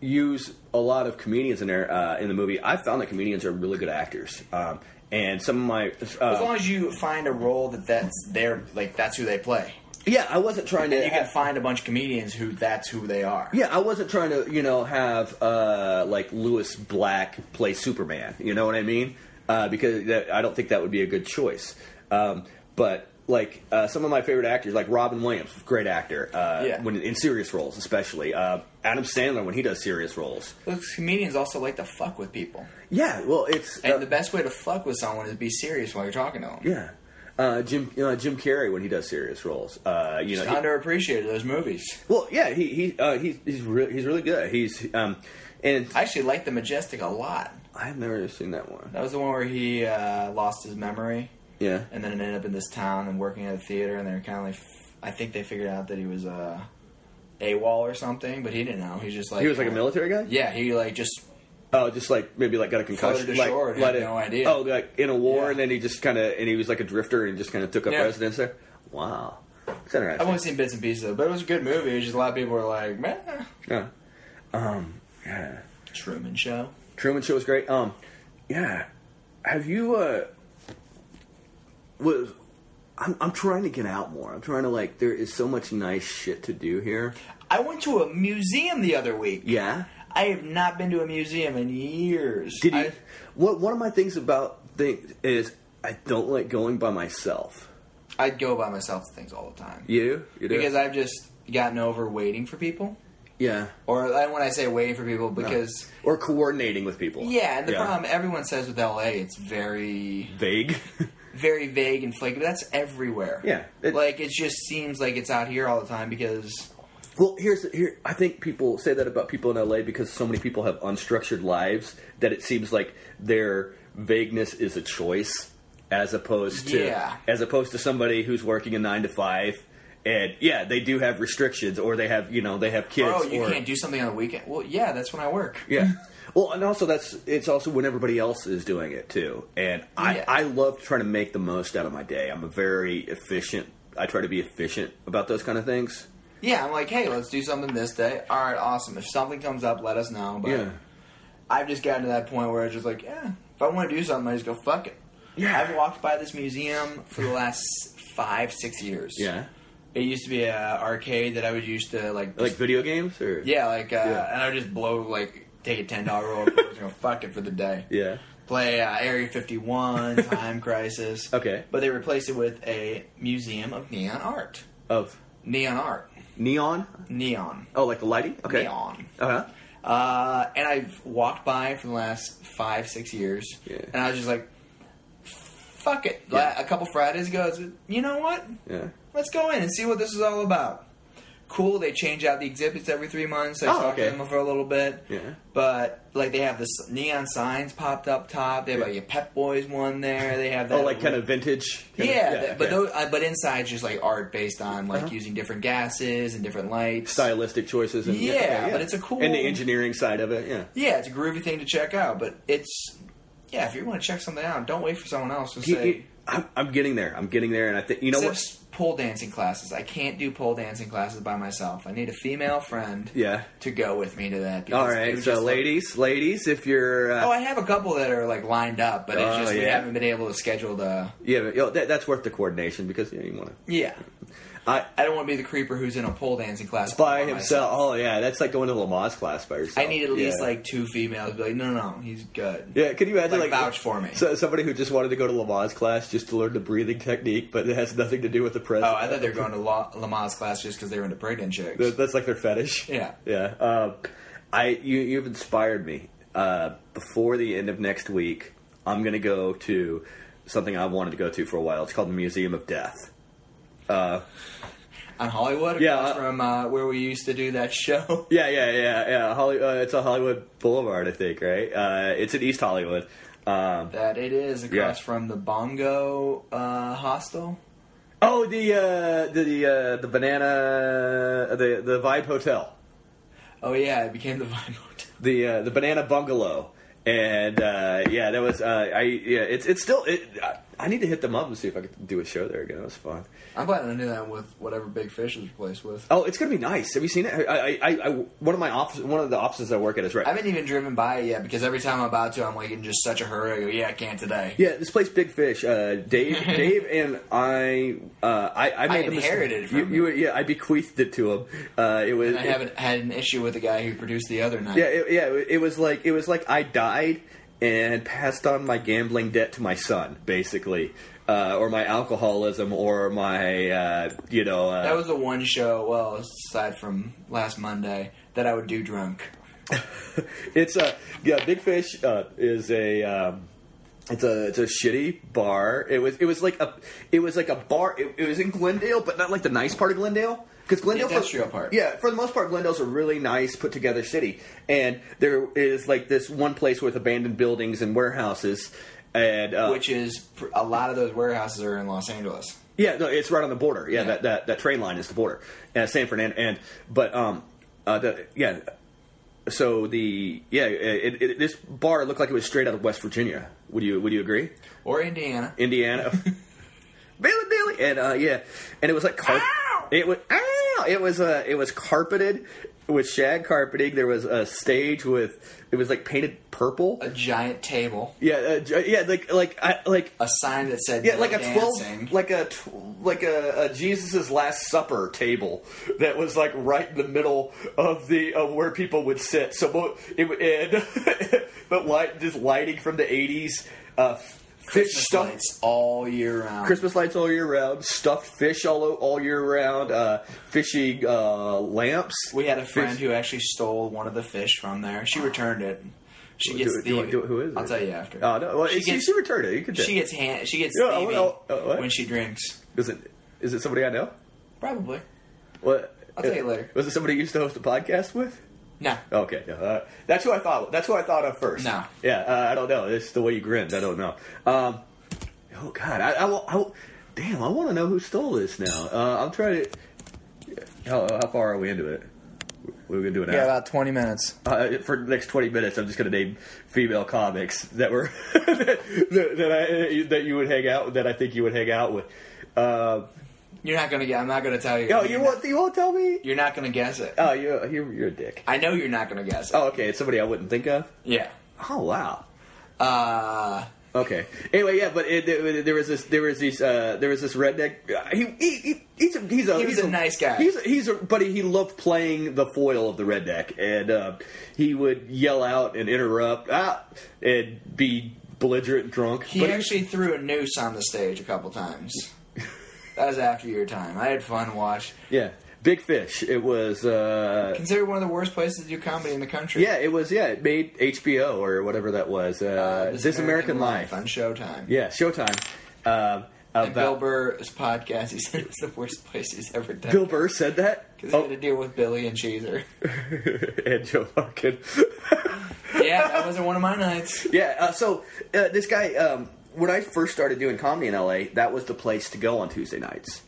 use a lot of comedians in there uh, in the movie. I found that comedians are really good actors, um, and some of my. As Uh, long as you find a role that that's their, like, that's who they play. yeah, I wasn't trying to. You can find a bunch of comedians who that's who they are. Yeah, I wasn't trying to, you know, have uh, like Lewis Black play Superman. You know what I mean? Uh, because that, I don't think that would be a good choice. Um, but like uh, some of my favorite actors, like Robin Williams, great actor. Uh, Yeah. When in serious roles, especially uh, Adam Sandler when he does serious roles. Those comedians also like to fuck with people. Yeah. Well, it's And uh, the best way to fuck with someone is be serious while you're talking to them. yeah. Uh, Jim uh, Jim Carrey when he does serious roles. Uh, you know, It's he- underappreciated those movies. well, yeah, he he uh, he's he's, re- he's really good. He's um, and I actually like The Majestic a lot. I've never seen that one. That was the one where he uh, lost his memory Yeah. and then ended up in this town and working at a theater. And they were kind of like, f- I think they figured out that he was uh, AWOL or something, but he didn't know. He's just like He was like a military guy. Yeah, he like just Oh, just like maybe like got a concussion, Floated like, ashore and let had it- no idea. Oh, like in a war, Yeah. and then he just kind of and he was like a drifter and just kind of took up Yeah. residence there. Wow, it's I've interesting. only seen bits and pieces, of it, but it was a good movie. It's just a lot of people were like, man, yeah. Um, yeah. Truman Show. Truman Show was great. Um, yeah. Have you? uh Was I'm I'm trying to get out more. I'm trying to like. There is so much nice shit to do here. I went to a museum the other week. Yeah. I have not been to a museum in years. Did you? I- what one of my things about things is I don't like going by myself. I'd go by myself to things all the time. You? you do? Because I've just gotten over waiting for people. yeah. Or and when I say waiting for people, because or coordinating with people. yeah, and the problem everyone says with LA, it's very, vague. very vague and flaky. But that's everywhere. Yeah, it- like it just seems like it's out here all the time because well, here's here. I think people say that about people in LA because so many people have unstructured lives that it seems like their vagueness is a choice, as opposed to Yeah. as opposed to somebody who's working a nine to five. And yeah, they do have restrictions, or they have you know they have kids. oh, you or, can't do something on the weekend. Well, yeah, that's when I work. Yeah. Well, and also that's it's also when everybody else is doing it too. And I Yeah. I love trying to make the most out of my day. I'm a very efficient. I try to be efficient about those kind of things. Yeah, I'm like, hey, let's do something this day. All right, awesome. If something comes up, let us know. But Yeah. I've just gotten to that point where it's just like, yeah, if I want to do something, I just go fuck it. Yeah. I've walked by this museum for the last five, six years. Yeah. It used to be a arcade that I would used to like, Like video games or yeah, like uh, Yeah. and I would just blow like take a ten dollar roll, and go fuck it for the day. Yeah. Play uh, Area 51, Time Crisis. Okay. But they replaced it with a museum of neon art. Of Neon art. neon. Neon. Oh, like the lighting. Okay. Neon. Uh huh. Uh, and I've walked by for the last five, six years, Yeah. and I was just like, "Fuck it!" Yeah. La- a couple Fridays ago, I was like, "You know what? Yeah. Let's go in and see what this is all about." Cool. They change out the exhibits every three months. I Oh, talk okay. to them for a little bit. Yeah. But like they have this neon signs popped up top. They have Yeah. like a Pep Boys one there. They have that Oh, like kind of vintage. yeah, kinda- th- but okay. Uh-huh. those, uh, but inside's just like art based on like using different gases and different lights. stylistic choices. And, Yeah, okay, but it's a cool- and the engineering side of it. Yeah. Yeah, it's a groovy thing to check out, but it's yeah. If you want to check something out, don't wait for someone else to You- you- say. I'm, I'm getting there. I'm getting there, and I think you know what? Except pole dancing classes. I can't do pole dancing classes by myself. I need a female friend Yeah. to go with me to that. because All it right, was so just like- ladies, ladies, if you're uh, oh, I have a couple that are like lined up, but it's Oh, just we yeah? haven't been able to schedule the. yeah, but, you know, that, that's worth the coordination because you, know, you want to Yeah, I- I don't want to be the creeper who's in a pole dancing class by myself. himself. Oh yeah, that's like going to Lamaze class by yourself. I need at least Yeah. like two females. to Be like, no, no, no, he's good. Yeah, can you imagine like, like, vouch for me. So, somebody who just wanted to go to Lamaze class just to learn the breathing technique, but it has nothing to do with the present. Oh, I thought they were going to La- Lamaze class just because they were into pregnant chicks. That- That's like their fetish. Yeah. yeah. Um, I you you've inspired me. Uh, before the end of next week, I'm gonna go to something I've wanted to go to for a while. It's called the Museum of Death. Uh, on Hollywood, Yeah, across uh, from uh, where we used to do that show. Yeah, yeah, yeah, yeah. Holly, uh, it's on Hollywood Boulevard, I think. Right? Uh, it's in East Hollywood. Um, That it is across Yeah. from the Bongo uh, Hostel. oh, the uh, the the, uh, the banana the the Vibe Hotel. Oh yeah, it became the Vine Hotel. the uh, the banana bungalow, and uh, yeah, that was uh, I yeah it's it's still it, I, I need to hit them up and see if I can do a show there again. That was fun. I'm glad I knew that with whatever Big Fish was replaced with. Oh, it's gonna be nice. Have you seen it? I, I, I, I one of my office one of the offices I work at is right. I haven't even driven by it yet because every time I'm about to, I'm like in just such a hurry. I go, yeah, I can't today. yeah, this place, Big Fish. Uh, Dave, Dave, and I, uh, I, I made the mistake- inherited it You, from you, yeah, I bequeathed it to him. Uh, it was. And I haven't had an issue with the guy who produced the other night. Yeah, it, yeah. It, it was like it was like I died and passed on my gambling debt to my son, basically, uh, or my alcoholism, or my uh, you know. Uh, That was the one show, well, aside from last Monday, that I would do drunk. it's a yeah. Big Fish uh, is a. Um, it's a it's a shitty bar. It was it was like a it was like a bar. It, it was in Glendale, but not like the nice part of Glendale. Because Glendale, industrial for, part. yeah, for the most part, Glendale's a really nice, put together city, and there is like this one place with abandoned buildings and warehouses, and uh, which is pr- a lot of those warehouses are in Los Angeles. Yeah, no, it's right on the border. Yeah, Yeah. That, that that train line is the border, uh, San Fernando. And but um, uh, the, yeah, so the yeah, it, it, this bar looked like it was straight out of West Virginia. Would you would you agree? Or Indiana. Indiana, Billy Billy, and uh, yeah, and it was like carp- Ow! it was ow! it was uh, it was carpeted with shag carpeting. There was a stage with it was like painted purple. a giant table. Yeah, uh, j- yeah, like like I like a sign that said Yeah, "No like a dancing." twelve, like a tw- like a, a Jesus's Last Supper table that was like right in the middle of the of where people would sit. So mo- it would and but light just lighting from the eighties, uh, fish Christmas stuff. lights all year round. Christmas lights all year round, stuffed fish all o- all year round, uh, fishing uh, lamps. We had a friend Fish- who actually stole one of the fish from there. She returned it. She Do- gets do- the. do- do- who is I'll it? tell you after. Oh no! Well, she she, she, gets- returned it. You could. she gets hand. She gets Yeah, oh, thievy oh, oh, what? when she drinks. Is it is it somebody I know? Probably. What? I'll tell you later. Was it somebody you used to host a podcast with? No. Okay, yeah, uh, that's who I thought. That's who I thought of first. No. yeah, uh, I don't know. It's the way you grinned. I don't know. Um, oh God, I, I, wa- I wa- damn, I want to know who stole this now. Uh, I'm trying to. How, how far are we into it? We're gonna do an hour. about twenty minutes. Uh, for the next 20 minutes, I'm just gonna name female comics that were that, that I that you would hang out with, that I think you would hang out with. Uh, You're not gonna get. I'm not gonna tell you. yo, You're you not- won't you won't tell me? You're not gonna guess it. Oh, you you're, you're a dick. I know you're not gonna guess it. Oh, okay, it's somebody I wouldn't think of. Yeah. Oh wow. Uh, Okay. Anyway, yeah, but it, it- there was this, there was these, uh, there was this redneck. He, he, he he's a, he's a, He was he's a nice guy. He's a, he's a, but he loved playing the foil of the redneck, and uh, he would yell out and interrupt, ah, and be belligerent, drunk. He but actually threw a noose on the stage a couple times. that was after your time. I had fun watch. yeah, Big Fish. It was, uh, Considered one of the worst places to do comedy in the country. yeah, it was, yeah, it made HBO or whatever that was. Uh, Uh, this, American, Life. on Showtime. Yeah, Showtime. Uh, And Bill about, Burr's podcast, he said it was the worst place he's ever done. Bill Burr said that. Because he Oh, had to deal with Billy and Cheeser. and Joe Larkin. yeah, that wasn't one of my nights. Yeah, uh, so uh, this guy, um, when I first started doing comedy in LA, that was the place to go on Tuesday nights.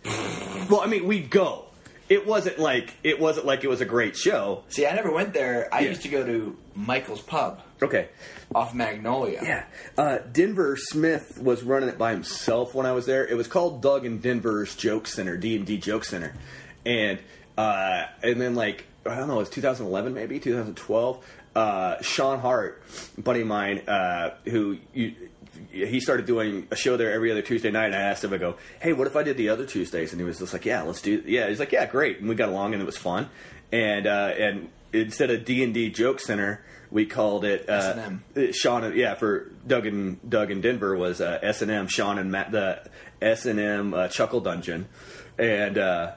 well, I mean, we'd go. It wasn't like it wasn't like it was a great show. See, I never went there. I Yeah. used to go to Michael's Pub Okay. off Magnolia. Yeah. Uh, Denver Smith was running it by himself when I was there. It was called Doug and Denver's Joke Center, D&D Joke Center. And uh, and then like I don't know, it was 2011 maybe, 2012. Uh, Sean Hart, a buddy of mine, uh, who you, he started doing a show there every other Tuesday night. And I asked him, I go, "Hey, what if I did the other Tuesdays?" And he was just like, "Yeah, let's do." Yeah, he's like, "Yeah, great." And we got along, and it was fun. And uh, and instead of D and D Joke Center, we called it uh, S&M. uh, Sean, and- yeah, for Doug and Doug and Denver was uh, S and M. Sean and Matt, the S and M uh, Chuckle Dungeon, and uh,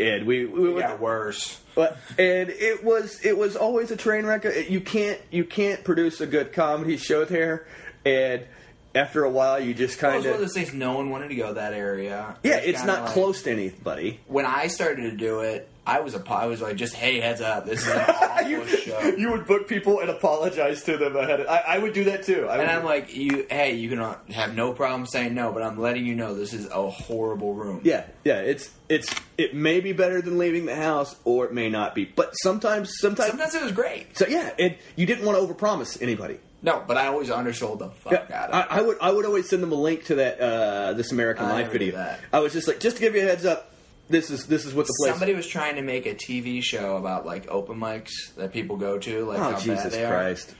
and we, we It went- got worse. but, and it was it was always a train wreck. It- You can't you can't produce a good comedy show there, and after a while you just It kind was one of of those things no one wanted to go that area. yeah, It was it's kinda not like- close to anybody. When I started to do it, I was a po- I was like, just hey, heads up, this is an awful show. You would book people and apologize to them ahead. Of, I, I would do that too. I would, And I'm like, you, hey, you can uh, have no problem saying no, but I'm letting you know this is a horrible room. Yeah, yeah. It's it's it may be better than leaving the house, or it may not be. But sometimes, sometimes, Sometimes it was great. so yeah, it, you didn't want to overpromise anybody. No, but I always undersold the fuck Yeah, out of it. I, I would I would always send them a link to that uh, this American I Life never did video. that. I was just like, just to give you a heads up, this is this is what the place. Somebody was trying to make a TV show about like open mics that people go to, like oh how bad Jesus they Christ!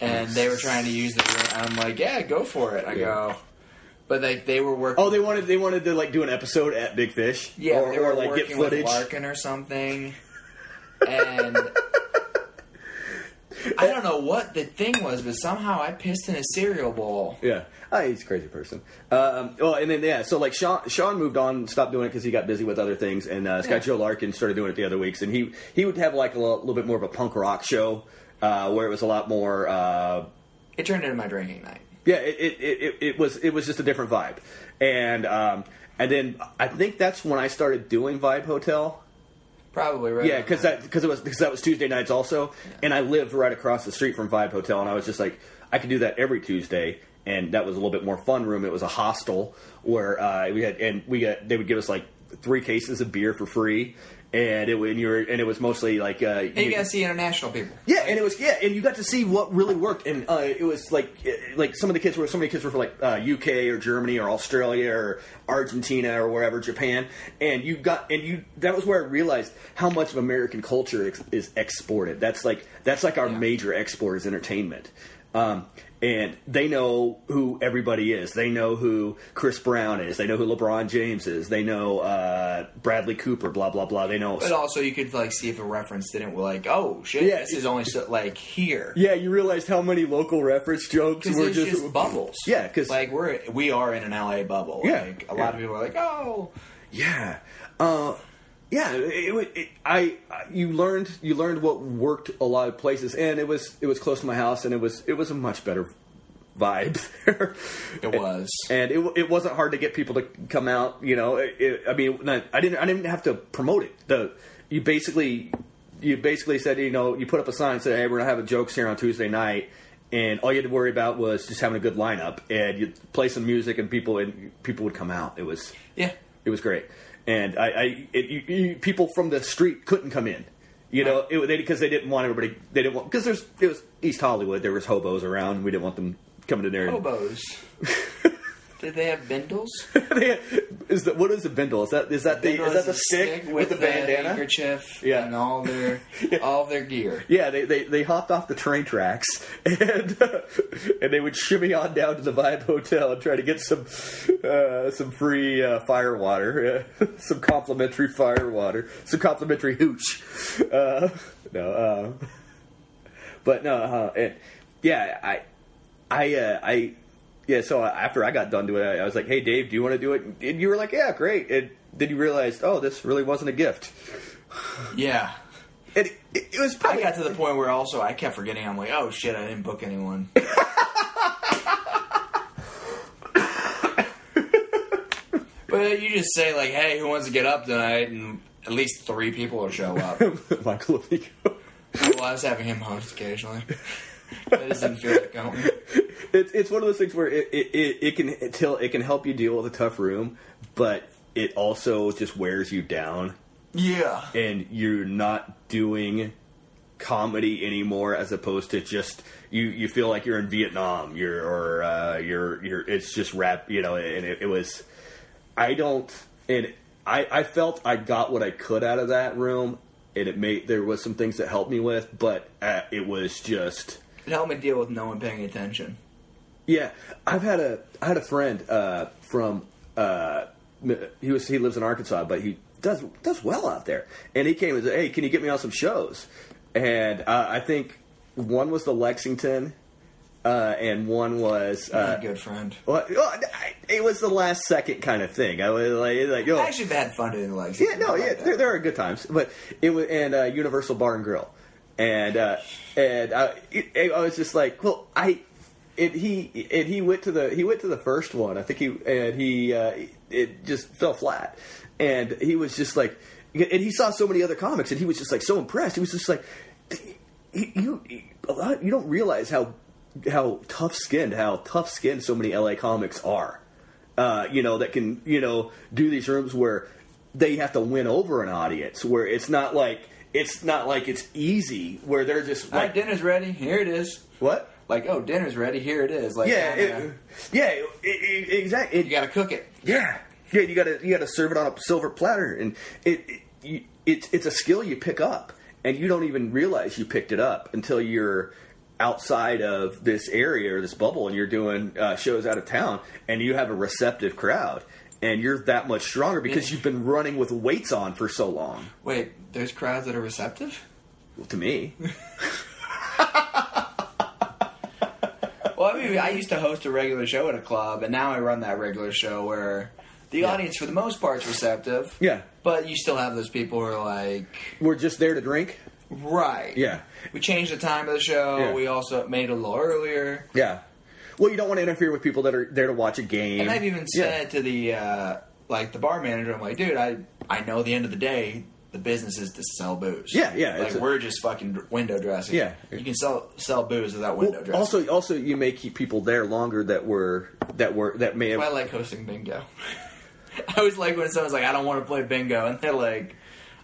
are, and they were trying to use the room. I'm like, yeah, go for it. I go, but like they were working. Oh, they wanted they wanted to like do an episode at Big Fish, yeah, or, they were or like get working footage. with Larkin or something, and. I don't know what the thing was, but somehow I pissed in a cereal bowl. Yeah, Ah, he's a crazy person. Um, well, and then yeah, so like Sean, Sean moved on, stopped doing it because he got busy with other things, and uh, this guy Yeah. Joe Larkin started doing it the other weeks, and he he would have like a little, little bit more of a punk rock show uh, where it was a lot more. Uh, It turned into my drinking night. yeah, it, it, it, it- it was it was just a different vibe, and um, and then I think that's when I started doing Vibe Hotel. Probably right. Yeah, on because that. that because it was because that was Tuesday nights also, and I lived right across the street from Vibe Hotel, and I was just like, I could do that every Tuesday, and that was a little bit more fun room. It was a hostel where uh, we had and we got they would give us like three cases of beer for free, and it and you were and it was mostly like uh, and you- you gotta see international people. yeah, and it was yeah, and you got to see what really worked, and uh, it was like eh, like some of the kids were some of the kids were from like uh, UK or Germany or Australia or Argentina or wherever Japan, and you got and you that was where I realized how much of American culture ex- is exported. That's like that's like our Yeah. major export is entertainment. Um, and they know who everybody is. They know who Chris Brown is. They know who LeBron James is. They know uh, Bradley Cooper. Blah blah blah. They know But also, you could like see if a reference didn't like, oh shit, Yeah, this it- is only so, like here. Yeah, you realized how many local reference jokes Because were there's just, just, bubbles. Yeah, 'cause- like we're we are in an LA bubble. Yeah, like a yeah. lot of people are like, oh, yeah, uh, yeah. It, it, it, I I- you learned you learned what worked a lot of places, and it was it was close to my house, and it was it was a much better vibe there. it was. and it, it wasn't hard to get people to come out. You know, it, it, I mean, not- I didn't I didn't have to promote it. The you basically you basically said you know you put up a sign and said hey we're gonna have a jokes here on Tuesday night. And all you had to worry about was just having a good lineup, and you play some music, and people and people would come out. It was yeah, it was great, and I, I it, you, you, people from the street couldn't come in. You know, because they, 'cause they didn't want everybody. They didn't want because there's it was East Hollywood. There was hobos around. We didn't want them coming in there. and- hobos. Did they have bindles? is that what is a bindle? Is that is that the Bindle is that the stick, with, the bandana? handkerchief, Yeah. and all their all their gear. Yeah, they, they, they hopped off the train tracks and and they would shimmy on down to the Vibe Hotel and try to get some uh, some free uh, fire water, uh, some complimentary fire water, some complimentary hooch. Uh, no, uh, but no, uh, and, yeah, I I uh, I yeah. So after I got done doing it, I was like, "Hey, Dave, do you want to do it?" And you were like, "Yeah, great." And then you realized, "Oh, this really wasn't a gift." Yeah. And it, it, it was I probably got to the point where also I kept forgetting. I'm like, oh shit, I didn't book anyone. but you just say like, hey, who wants to get up tonight? And at least three people will show up. Michael Amico. well, I was having him host occasionally. That just didn't feel like going. it's it's one of those things where it it, it, it can it, till- it can help you deal with a tough room, but it also just wears you down, Yeah. and you're not doing comedy anymore as opposed to just you you feel like you're in Vietnam you're or uh, you're you're it's just rap you know and it, it was I don't and I I felt I got what I could out of that room and it made there was some things that helped me with but uh, it was just It helped me deal with no one paying attention. yeah, I've had a I had a friend uh, from uh, m- he was he lives in Arkansas, but he does does well out there. And he came and said, "Hey, can you get me on some shows?" And uh, I think one was the Lexington, uh, and one was Not uh, a good friend. well, oh, I- it was the last second kind of thing. I was like, like yo, I actually had fun doing the legs. yeah, no, yeah, there, there are good times, but it was and uh, Universal Bar and Grill, and uh, and I, it, I was just like, well, I, and he and he went to the he went to the first one, I think he and he uh, it just fell flat, and he was just like, and he saw so many other comics, and he was just like so impressed. He was just like, you a lot, you don't realize how how tough skinned how tough skinned so many LA comics are. Uh, you know that can you know do these rooms where they have to win over an audience where it's not like it's not like it's easy where they're just All right, like dinner's ready. Here it is. what Like, oh, dinner's ready. Here it is. Like, yeah yeah, it, yeah it, it, exactly you gotta cook it. Yeah, yeah. You gotta you gotta serve it on a silver platter, and it, it you, it's it's a skill you pick up, and you don't even realize you picked it up until you're outside of this area or this bubble, and you're doing uh, shows out of town, and you have a receptive crowd, and you're that much stronger because you've been running with weights on for so long. Wait, there's crowds that are receptive? Well, to me, Well, I mean, I used to host a regular show at a club, and now I run that regular show where the audience, for the most part, is receptive. Yeah. But you still have those people who are like, we're just there to drink. right. Yeah. We changed the time of the show. Yeah. We also made it a little earlier. Yeah. Well, you don't want to interfere with people that are there to watch a game. And I've even Yeah. said to the uh, like the bar manager, I'm like, dude, I I know the end of the day, the business is to sell booze. Yeah, yeah, Like it's a- we're just fucking window dressing. Yeah. You can sell sell booze without window Well, dressing. Also, also, you may keep people there longer that were that were that may have. I like hosting bingo. I always like when someone's like, I don't want to play bingo, and they're like,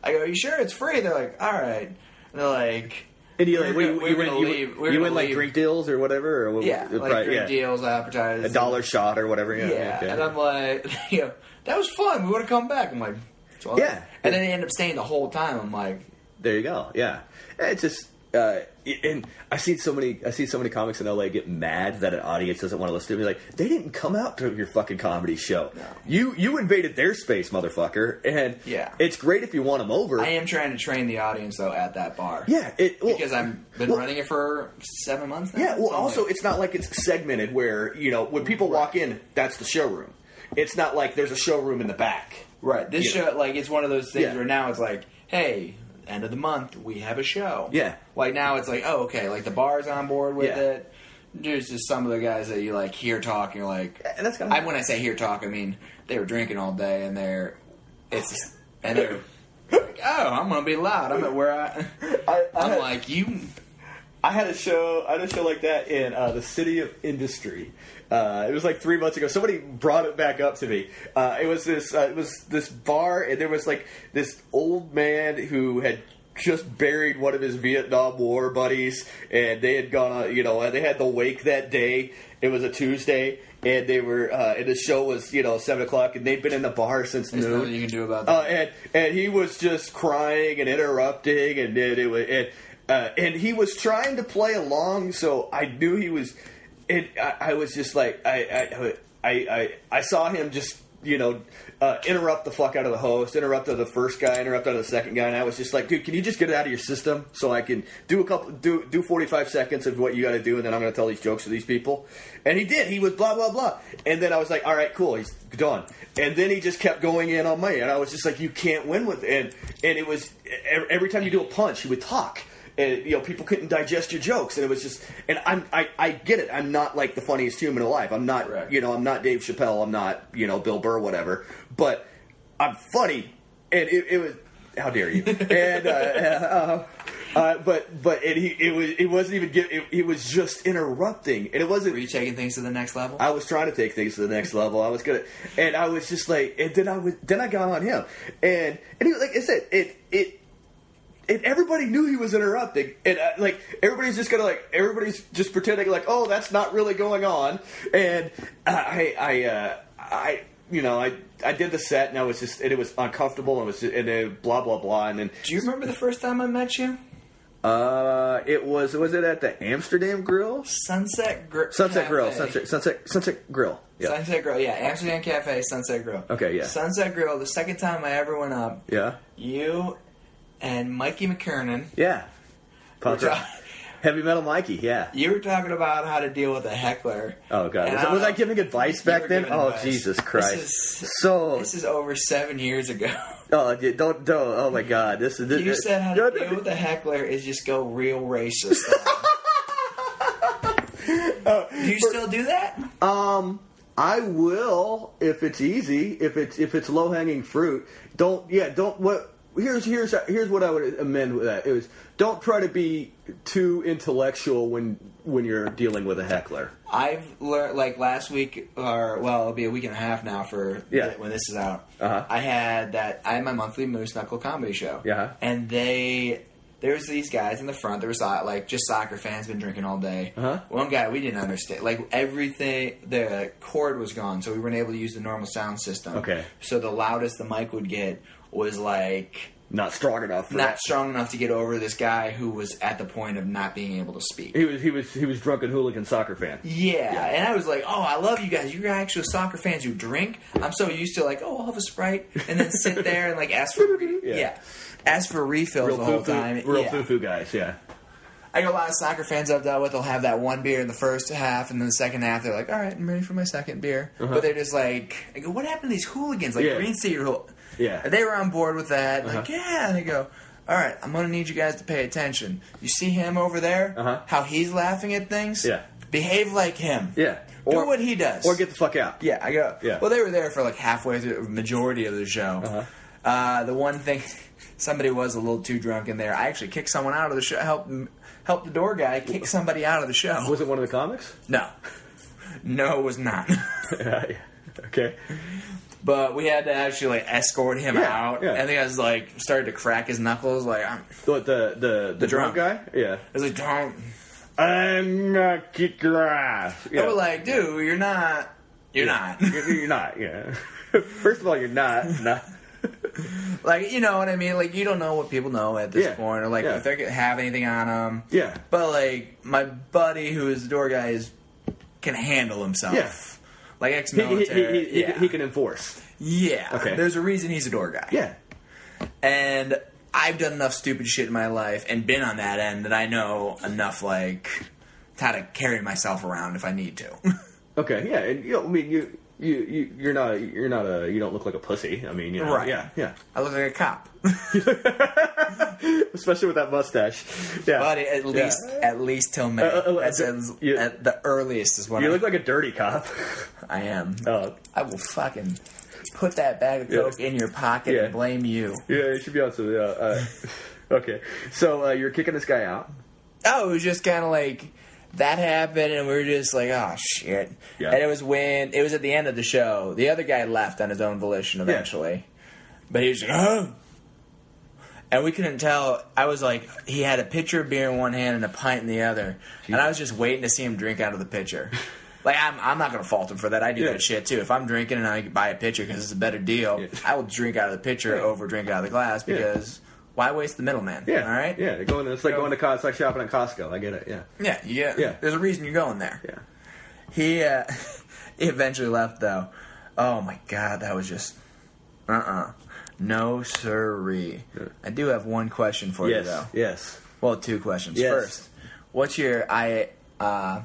I go, you sure it's free? They're like, all right. And they're like, and you we're like, gonna- you- we're you gonna went, you, leave- went- we're you gonna went, like leave. drink deals or whatever, or what- yeah, like probably- free yeah. deals, appetizers, a dollar shot or whatever. Yeah, Yeah. and I'm like, you know, that was fun. We want to come back. I'm like, it's all Yeah. And then they end up staying the whole time. I'm like, there you go. Yeah, it's just. Uh, and I see so many, I see so many comics in LA get mad that an audience doesn't want to listen to me. Like they didn't come out to your fucking comedy show. No. You you invaded their space, motherfucker. And Yeah. it's great if you want them over. I am trying to train the audience though at that bar. yeah, it, well- Because I've been well- running it for seven months now. Yeah, well, So I'm also like, it's not like it's segmented where you know when people walk in, that's the showroom. It's not like there's a showroom in the back. right. This Yeah. show, like, it's one of those things Yeah. where now it's like, hey, end of the month, we have a show. Yeah. Like now it's like, oh, okay, like the bar's on board with Yeah. it. There's just some of the guys that you like hear talk, and you're like, And that's kind I, of when I say here talk, I mean they were drinking all day, and they're it's and they're like, oh, I'm gonna be loud. I'm at where I. I, I, I'm had, like you. I had a show. I had a show like that in uh, the city of industry. Uh, it was like three months ago. Somebody brought it back up to me. Uh, it was this. Uh, it was this bar, and there was like this old man who had just buried one of his Vietnam War uh, buddies, and they had gone on. You know, and they had the wake that day. It was a Tuesday, and they were uh, and the show was you know seven o'clock, and they'd been in the bar since There's noon. nothing you can do about Uh, that. and and he was just crying and interrupting, and it, it was and, uh, and he was trying to play along, so I knew he was. It I, I was just like I I I I, I saw him just. You know, uh, interrupt the fuck out of the host, interrupt out of the first guy, interrupt out of the second guy, and I was just like, dude, can you just get it out of your system so I can do a couple, do do forty five seconds of what you got to do, and then I'm going to tell these jokes to these people. And he did. He was blah blah blah, and then I was like, all right, cool, he's done. And then he just kept going in on me, and I was just like, you can't win with and and it was e- every time you do a punch, he would talk. And you know, people couldn't digest your jokes, and it was just. And I'm, I, I get it. I'm not like the funniest human alive. I'm not, Correct. you know, I'm not Dave Chappelle. I'm not, you know, Bill Burr, whatever. But I'm funny, and it, it was. How dare you? and uh, uh, uh, but but and he it was it wasn't even give, it, it was just interrupting, and it wasn't. Were you taking things to the next level? I was trying to take things to the next level. I was gonna, and I was just like, and then I was, then I got on him, and and he was like I said, it it. And everybody knew he was interrupting, and uh, like everybody's just gonna like everybody's just pretending like, oh, that's not really going on. And I, I, uh, I, you know, I, I did the set, and I was just, and it was uncomfortable, and it was, just, and then blah blah blah, and then do you remember the first time I met you? uh, it was was it at the Amsterdam Grill, Sunset Grill. Sunset Grill, Sunset Sunset Sunset Grill, yeah, Sunset Grill, yeah, Amsterdam Cafe, Sunset Grill. Okay, yeah. Sunset Grill. The second time I ever went up, yeah, you and Mikey McKernan. Yeah. Punk Which rock. I- Heavy metal Mikey, yeah. You were talking about how to deal with a heckler. Oh god. And Was, was I giving advice You back were then? giving Oh advice. Jesus This Christ. is- so This is over seven years ago. oh yeah, don't don't oh my god. This is this, You this- said how no, to no, deal with a heckler is just go real racist. do you still do that? Um I will if it's easy, if it's if it's low hanging fruit. Don't yeah, don't what here's here's here's what I would amend with that. It was don't try to be too intellectual when when you're dealing with a heckler. I've learned like last week, or well, it'll be a week and a half now for Yeah. when this is out. Uh-huh. I had that. I had my monthly Moose Knuckle comedy show. Yeah. and they there was these guys in the front. There was uh, like just soccer fans been drinking all day. Uh-huh. One guy we didn't understand. Like everything, the cord was gone, so we weren't able to use the normal sound system. Okay. so the loudest the mic would get was like Not strong enough. For not that. strong enough to get over this guy who was at the point of not being able to speak. He was he was he was drunken hooligan soccer fan. Yeah. and I was like, "Oh, I love you guys. You're actual soccer fans who drink." I'm so used to like, "Oh, I'll have a sprite," and then sit there and like ask for re- Yeah. yeah. ask for refills Real the whole foo-foo- time. real yeah. foo-foo guys, yeah. I got a lot of soccer fans I've dealt with. They'll have that one beer in the first half, and then the second half, they're like, "All right, I'm ready for my second beer," but they're just like, "I go, what happened to these hooligans? Like Uh-huh. Yeah. Green Sea hool Yeah. Uh-huh. And they were on board with that. Like, yeah, and they go. All right, I'm gonna need you guys to pay attention. You see him over there? Uh-huh. How he's laughing at things? Yeah. Behave like him. Yeah. Or, do what he does. Or get the fuck out. Yeah, I go. Yeah. Uh-huh. Well, they were there for like halfway through, majority of the show. uh the one thing, somebody was a little too drunk in there. I actually kicked someone out of the show. Help, help the door guy kick somebody out of the show. Was it one of the comics? No, no, it was not. yeah. Okay. but we had to actually like escort him Yeah, out. yeah. I think I was like started to crack his knuckles. Like I'm, What the the the, drunk guy? drunk. Yeah. I was like, don't. I'm gonna kick your ass. Yeah. They were like, dude, you're not. You're not. you're, you're not. Yeah. First of all, you're not. Not. like you know what I mean. Like you don't know what people know at this Yeah. point, or like Yeah. if they could have anything on them. Yeah. But like my buddy, who is the door guy, is can handle himself. Yeah. Like He, he, he, ex-military. he, he- yeah. he can enforce. yeah. Okay. There's a reason he's a door guy. Yeah. And I've done enough stupid shit in my life and been on that end that I know enough like how to carry myself around if I need to. Okay. Yeah. And you know, I mean, you you you you're not you're not a you don't look like a pussy. I mean, you know, Right. Yeah. Yeah. I look like a cop, Especially with that mustache. Yeah. but at Yeah. least at least till May. Uh, uh, uh, That's uh, as- you- at the earliest is when you I, look like a dirty cop. I am. Oh. I will fucking put that bag of Yeah. coke in your pocket Yeah. and blame you. Yeah, it should be on some. Yeah, uh, okay, so uh, you're kicking this guy out. Oh, it was just kind of like that happened, and we were just like, oh shit. Yeah. And it was when it was at the end of the show. The other guy left on his own volition eventually, but he was like, oh. And we couldn't tell. I was like, he had a pitcher of beer in one hand and a pint in the other, and I was just waiting to see him drink out of the pitcher. Like I'm, I'm not gonna fault him for that. I do Yeah. that shit too. If I'm drinking and I buy a pitcher because it's a better deal, Yeah. I will drink out of the pitcher Yeah. over drink out of the glass Yeah. because why waste the middleman? Yeah. All right. Yeah. They're going. To, it's like So- going to Costco. It's like shopping at Costco. I get it. Yeah. Yeah. You get, Yeah. There's a reason you're going there. Yeah. He, uh, he eventually left though. Oh my god, that was just uh uh No siree. Yeah. I do have one question for you though. Yes. Yes. Well, two questions. Yes. First, what's your I uh,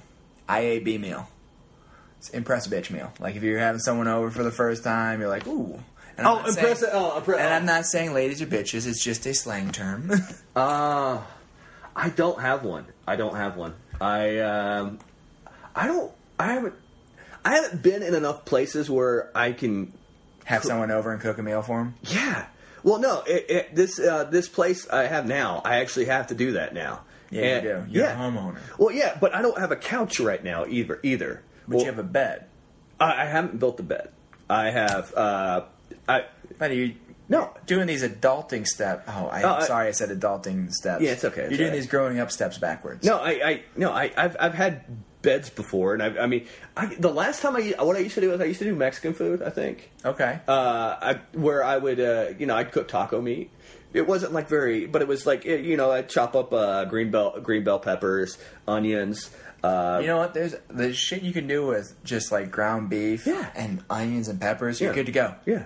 IAB meal? It's impress bitch meal. Like if you're having someone over for the first time, you're like, ooh. And I'm Oh, not impress. saying- Oh, impress. And I'm not saying ladies are bitches. It's just a slang term. Uh, I don't have one. I don't have one. I um, I don't. I haven't. I haven't been in enough places where I can. Have someone over and cook a meal for them. Yeah. Well, no. It, it, this uh, this place I have now. I actually have to do that now. Yeah, And- you do. You're yeah. a homeowner, Well, yeah, but I don't have a couch right now either. Either. but you have a bed. I, I haven't built the bed. I have. Uh, I But you no. doing these adulting step. Oh, I, Oh, am I- sorry, I said adulting steps. Yeah, it's okay, it's You're doing all right. these growing up steps backwards. No, I, I no, I, I've, I've had beds before, and I, I mean, I, the last time I, what I used to do is I used to do Mexican food, I think, Okay. uh, I, where I would, uh, you know, I'd cook taco meat. It wasn't like very, but it was like, it, you know, I'd chop up uh, green bell, green bell peppers, onions. Uh, You know what? There's the shit you can do with just like ground beef Yeah. and onions and peppers. You're Yeah. good to go. yeah,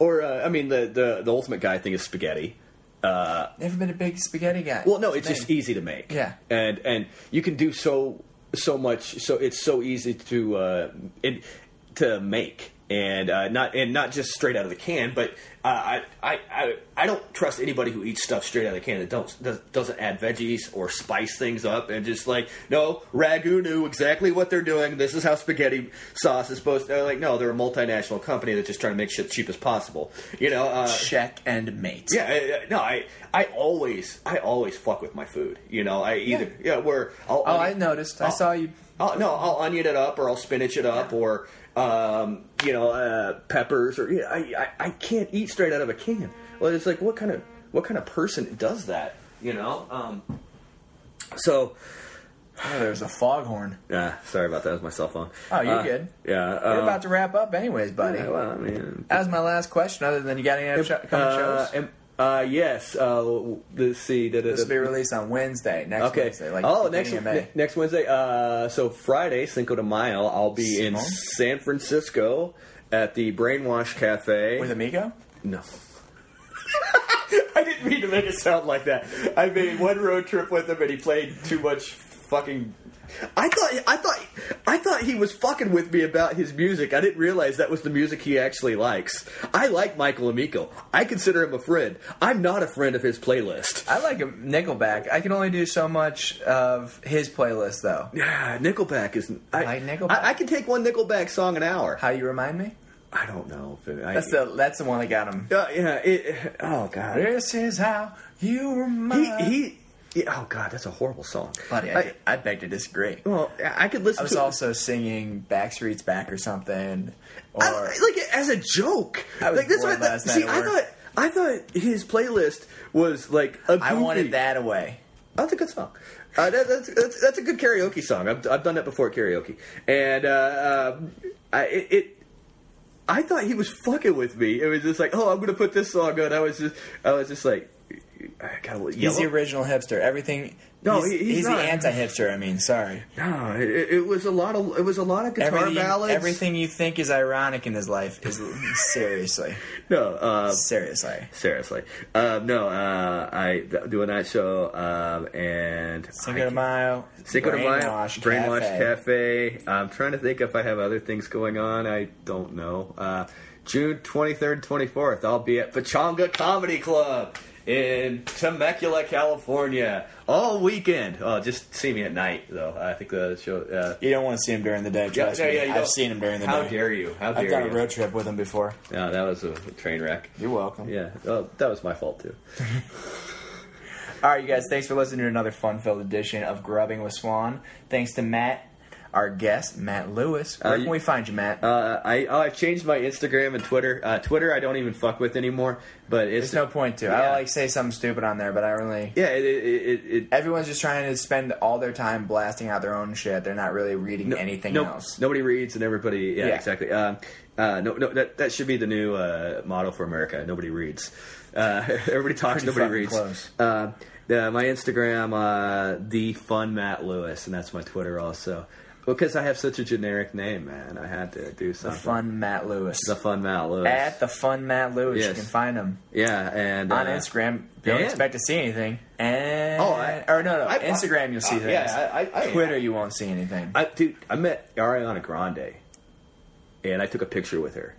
or uh, I mean, the, the the ultimate guy thing is spaghetti. Never been a big spaghetti guy. Well, no, it's just Thing. easy to make. Yeah. and and you can do so so much. So it's so easy to uh, it, to make. And uh, not and not just straight out of the can, but uh, I, I I I don't trust anybody who eats stuff straight out of the can that don't does, doesn't add veggies or spice things up and just like no ragu knew exactly what they're doing. This is how spaghetti sauce is supposed. to... Like no, they're a multinational company that's just trying to make shit cheap as possible. You know, uh, check and mate. yeah, I, I- no, I I always I always fuck with my food. You know, I either yeah, where I'll Oh, I noticed. I saw you. I'll, no, I'll onion it up or I'll spinach it up or um, you know uh, peppers or yeah, I, I I can't eat straight out of a can. Well, it's like what kind of what kind of person does that? You know, um, so Oh, there was a foghorn. uh, sorry about that. It was my cell phone. Oh, you're Uh, good. Yeah, We're about to wrap up, anyways, buddy. well, I mean, that was my last question. Other than you got any other sho- coming uh, shows? am- uh, yes. Uh, w- let's see. da- da- this will da- be released on Wednesday. Next Okay. Wednesday. Like oh, beginning next of May. ne- next Wednesday. Uh, so Friday, Cinco de Mayo, I'll be in Simone? San Francisco at the Brainwash Cafe. with Amigo. no. I didn't mean to make it sound like that. I made one road trip with him, and he played too much fucking. I thought I thought I thought he was fucking with me about his music. I didn't realize that was the music he actually likes. I like Michael Amico. I consider him a friend. I'm not a friend of his playlist. I like Nickelback. I can only do so much of his playlist, though. Yeah, Nickelback is. I, Like Nickelback. I, I can take one Nickelback song an hour. How you remind me? I don't know. If it, I, That's the that's the one that got him. Uh, yeah. It, oh god. This is how you He, remind he, he- Oh god, that's a horrible song. Buddy, I, I, I beg to disagree. well, I could listen I was to. also singing Backstreet's Back or something. Or I, like as a joke. I was like that's what bored I thought. last night See, at I work. thought. I thought his playlist was like a I goofy- wanted that away. That's a good song. Uh, that, that's, that's that's a good karaoke song. I've, I've done that before at karaoke, and uh, um, I it, it. I thought he was fucking with me. It was just like, oh, I'm gonna put this song on. I was just, I was just like, I gotta look He's the yellow. original hipster. Everything. No, he's, he- he's the not. anti-hipster. I mean, sorry. No, it, it was a lot of it was a lot of guitar Everything, ballads. everything you think is ironic in his life is seriously, No, uh, seriously. seriously, um, no. Uh, I do a night show, um, and Cinco de Mayo. Cinco de Mayo, Brainwash Brainwash Cafe. Cafe. I'm trying to think if I have other things going on. I don't know. Uh, June 23rd, 24th, I'll be at Pachanga Comedy Club in Temecula, California, all weekend. Oh, just see me at night, though. I think the show. Uh, You don't want to see him during the day. Trust yeah, yeah, me. you I've don't- seen him during the how day. dare you? How dare I've done you? a road trip with him before. No, that was a train wreck. You're welcome. Yeah, oh, that was my fault too. All right, you guys, thanks for listening to another fun filled edition of Grubbing with Swan. Thanks to Matt, our guest, Matt Lewis. Where Uh, can you- we find you, Matt? Uh, I oh, I've changed my Instagram and Twitter. Uh, Twitter I don't even fuck with anymore, but it's There's no point to. I yeah. like say something stupid on there, but I don't really. yeah. It, it, it, it, Everyone's just trying to spend all their time blasting out their own shit. They're not really reading anything no- else. Nobody reads and everybody. Yeah, Yeah. exactly. Um, uh, no, no, that that should be the new uh, model for America. Nobody reads. Uh, everybody talks. Pretty nobody fucking reads. close. Uh, the- my Instagram, uh, the fun Matt Lewis, and that's my Twitter also. Because I have such a generic name, man, I had to do The something. fun Matt Lewis. The fun Matt Lewis. At the fun Matt Lewis, you Yes. can find him yeah, and on uh, Instagram. Don't and- expect to see anything. And Oh, I- or no, no, I- Instagram you'll see Uh, things. yeah, I- I- I- Twitter you won't see anything. I, dude, I met Ariana Grande, and I took a picture with her,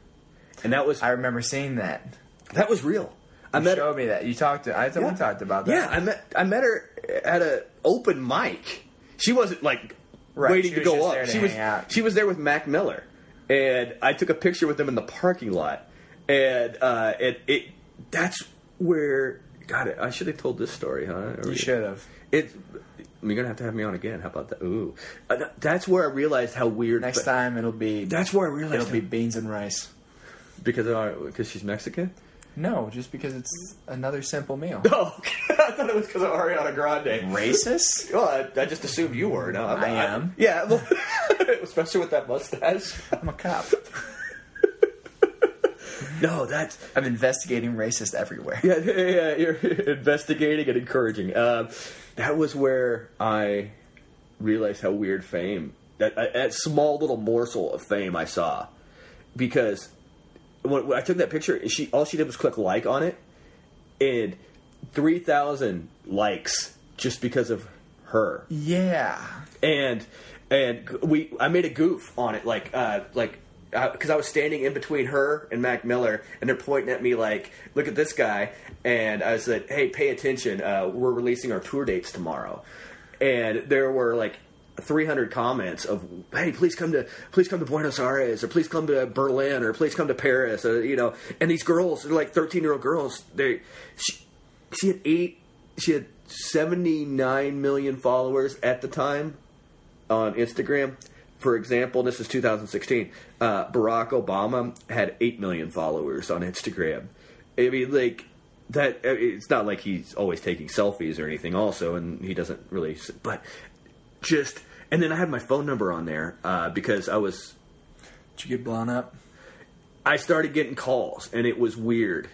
and that was I remember seeing that. that was real. I You met showed me that. You talked. To, I thought we talked about that. Yeah, I met I met her at a open mic. She wasn't like Right, waiting she to was go just up. there to she was hang out. she was there with Mac Miller, and I took a picture with them in the parking lot. And uh, it it that's where God, I should have told this story, huh? Or- you should have. It. You're gonna have to have me on again. How about that? Ooh, Uh, th- that's where I realized how weird. Next but- time it'll be. That's where I realized it'll how- be beans and rice. because because she's Mexican. No, just because it's another simple meal. Oh, I thought it was because of Ariana Grande. Racist? Well, I, I just assumed you were. No, I'm, I am. yeah, well, especially with that mustache. I'm a cop. No, that's I'm investigating racist everywhere. yeah, yeah, yeah, You're investigating and encouraging. Um, that was where I realized how weird fame that that small little morsel of fame I saw because when, when I took that picture, she all she did was click like on it, and three thousand likes just because of her. Yeah. and and we I made a goof on it like uh like because I was standing in between her and Mac Miller, and they're pointing at me like, "Look at this guy," and I said, "Hey, pay attention. Uh, we're releasing our tour dates tomorrow," and there were like. 300 comments of hey please come to please come to Buenos Aires or please come to Berlin or please come to Paris or you know and these girls they're like 13 year old girls they she, she had eight she had 79 million followers at the time on Instagram. For example, this is 2016. Uh, Barack Obama had 8 million followers on Instagram. I mean, like that. I mean, It's not like he's always taking selfies or anything. Also, and he doesn't really. s- But just and then I had my phone number on there uh, because I was Did you get blown up? I started getting calls and it was weird.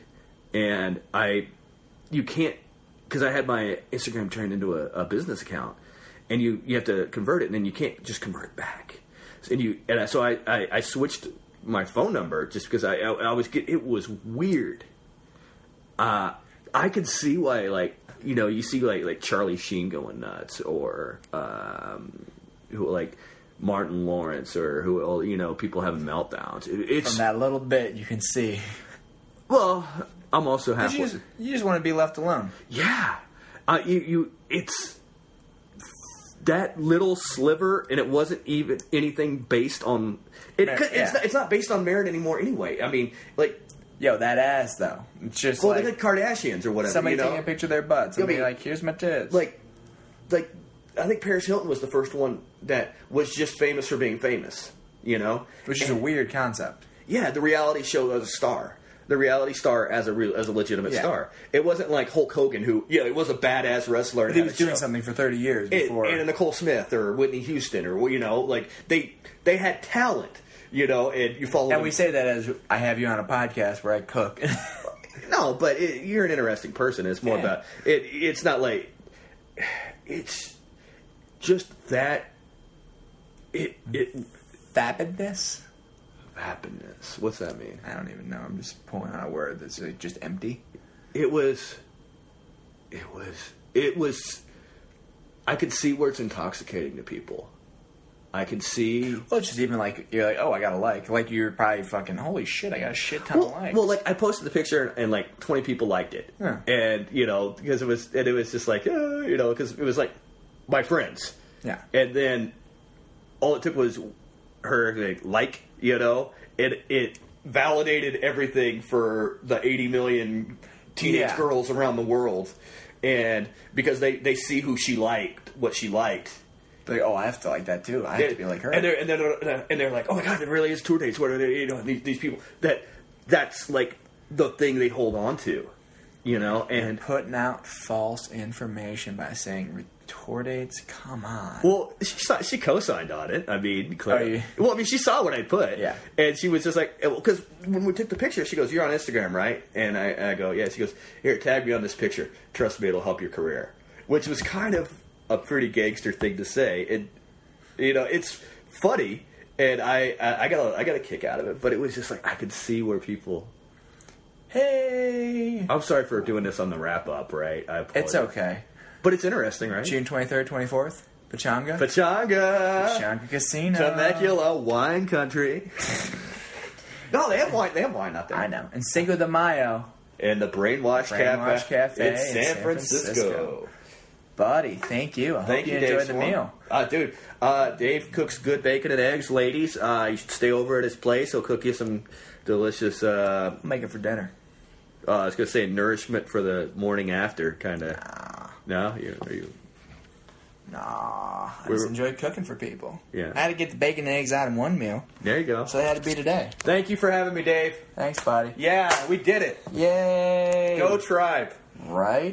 And I, you can't, because I had my Instagram turned into a, a business account, and you you have to convert it, and then you can't just convert it back. And you and I, so I, I I switched my phone number just because I I, I was get it was weird. Uh, I could see why like you know you see like like Charlie Sheen going nuts or um who like. Martin Lawrence, or who you know, people having meltdowns. It, it's From that little bit, you can see. well, I'm also You halfway. just, you just want to be left alone. yeah, uh, you you it's that little sliver, and it wasn't even anything based on. It, Merit, it's, yeah. not, it's not based on merit anymore, anyway. I mean, like, Yo, that ass though. It's just well, like like, Kardashians or whatever. somebody you know? taking a picture of their butts and I mean, being like, "Here's my tits." like like I think Paris Hilton was the first one that was just famous for being famous. You know, which is a weird concept. Yeah, the reality show as a star. The reality star as a real as a legitimate Yeah. star. It wasn't like Hulk Hogan, who yeah, it was a badass wrestler. and He had was a doing show. something for 30 years And- before. and Nicole Smith or Whitney Houston or you know, like they they had talent, you know, and you follow. and we say that as I have you on a podcast where I cook. no, but it, you're an interesting person. It's more Yeah. about it. It's not like it's just that it it Fappedness? happiness. What's that mean? I don't even know. I'm just pulling out a word that's like, just empty. it was it was it was i could see where it's intoxicating to people i could see Well, it's just even like you're like, oh, I got a like. Like you're probably fucking, holy shit, I got a shit ton well, of likes. well, like I posted the picture and, and, like 20 people liked it, Yeah. and you know because it was and it was just like uh, you know because it was like my friends, Yeah. and then all it took was her like, like you know and it validated everything for the 80 million teenage Yeah. girls around the world, and because they they see who she liked, what she liked, Like, oh, I have to like that too. I have to be like her. And they're and they're and they're like, oh my god, there really is tour dates. What are they? You know, these, these people that that's like the thing they hold on to, you know. And putting out false information by saying retordates. Come on. well, she saw, she co-signed on it. I mean, Oh, clearly. yeah. Well, I mean, she saw what I put. Yeah. and she was just like, because when we took the picture, she goes, "You're on Instagram, right?" And I, and I go, "Yeah." She goes, "Here, tag me on this picture. Trust me, it'll help your career." Which was kind of a pretty gangster thing to say. It, you know, it's funny, and I, I, I got, a, I got a kick out of it. But it was just like I could see where people. hey, I'm sorry for doing this on the wrap up, right? I apologize. it's okay. but it's interesting, right? June twenty third, twenty fourth, Pachanga, Pachanga. Pachanga Casino, Temecula wine country. no, they have wine. They have wine out there. I know, and Cinco de Mayo, And the Brainwash, Brainwash Cafe in San, Francisco. buddy. Thank you. I Thank hope you, you, Dave. enjoyed the Swan. meal. Uh, dude, uh, Dave cooks good bacon and eggs, ladies. Uh, you should stay over at his place. He'll cook you some delicious. Uh, I'll make it for dinner. uh, I was gonna say nourishment for the morning after, kind of. No, you, are you? Nah, I We just were- enjoy cooking for people. Yeah. I had to get the bacon and eggs out in one meal, There you go. so that had to be today. Thank you for having me, Dave. Thanks, buddy. Yeah, we did it. Yay! Go tribe. right.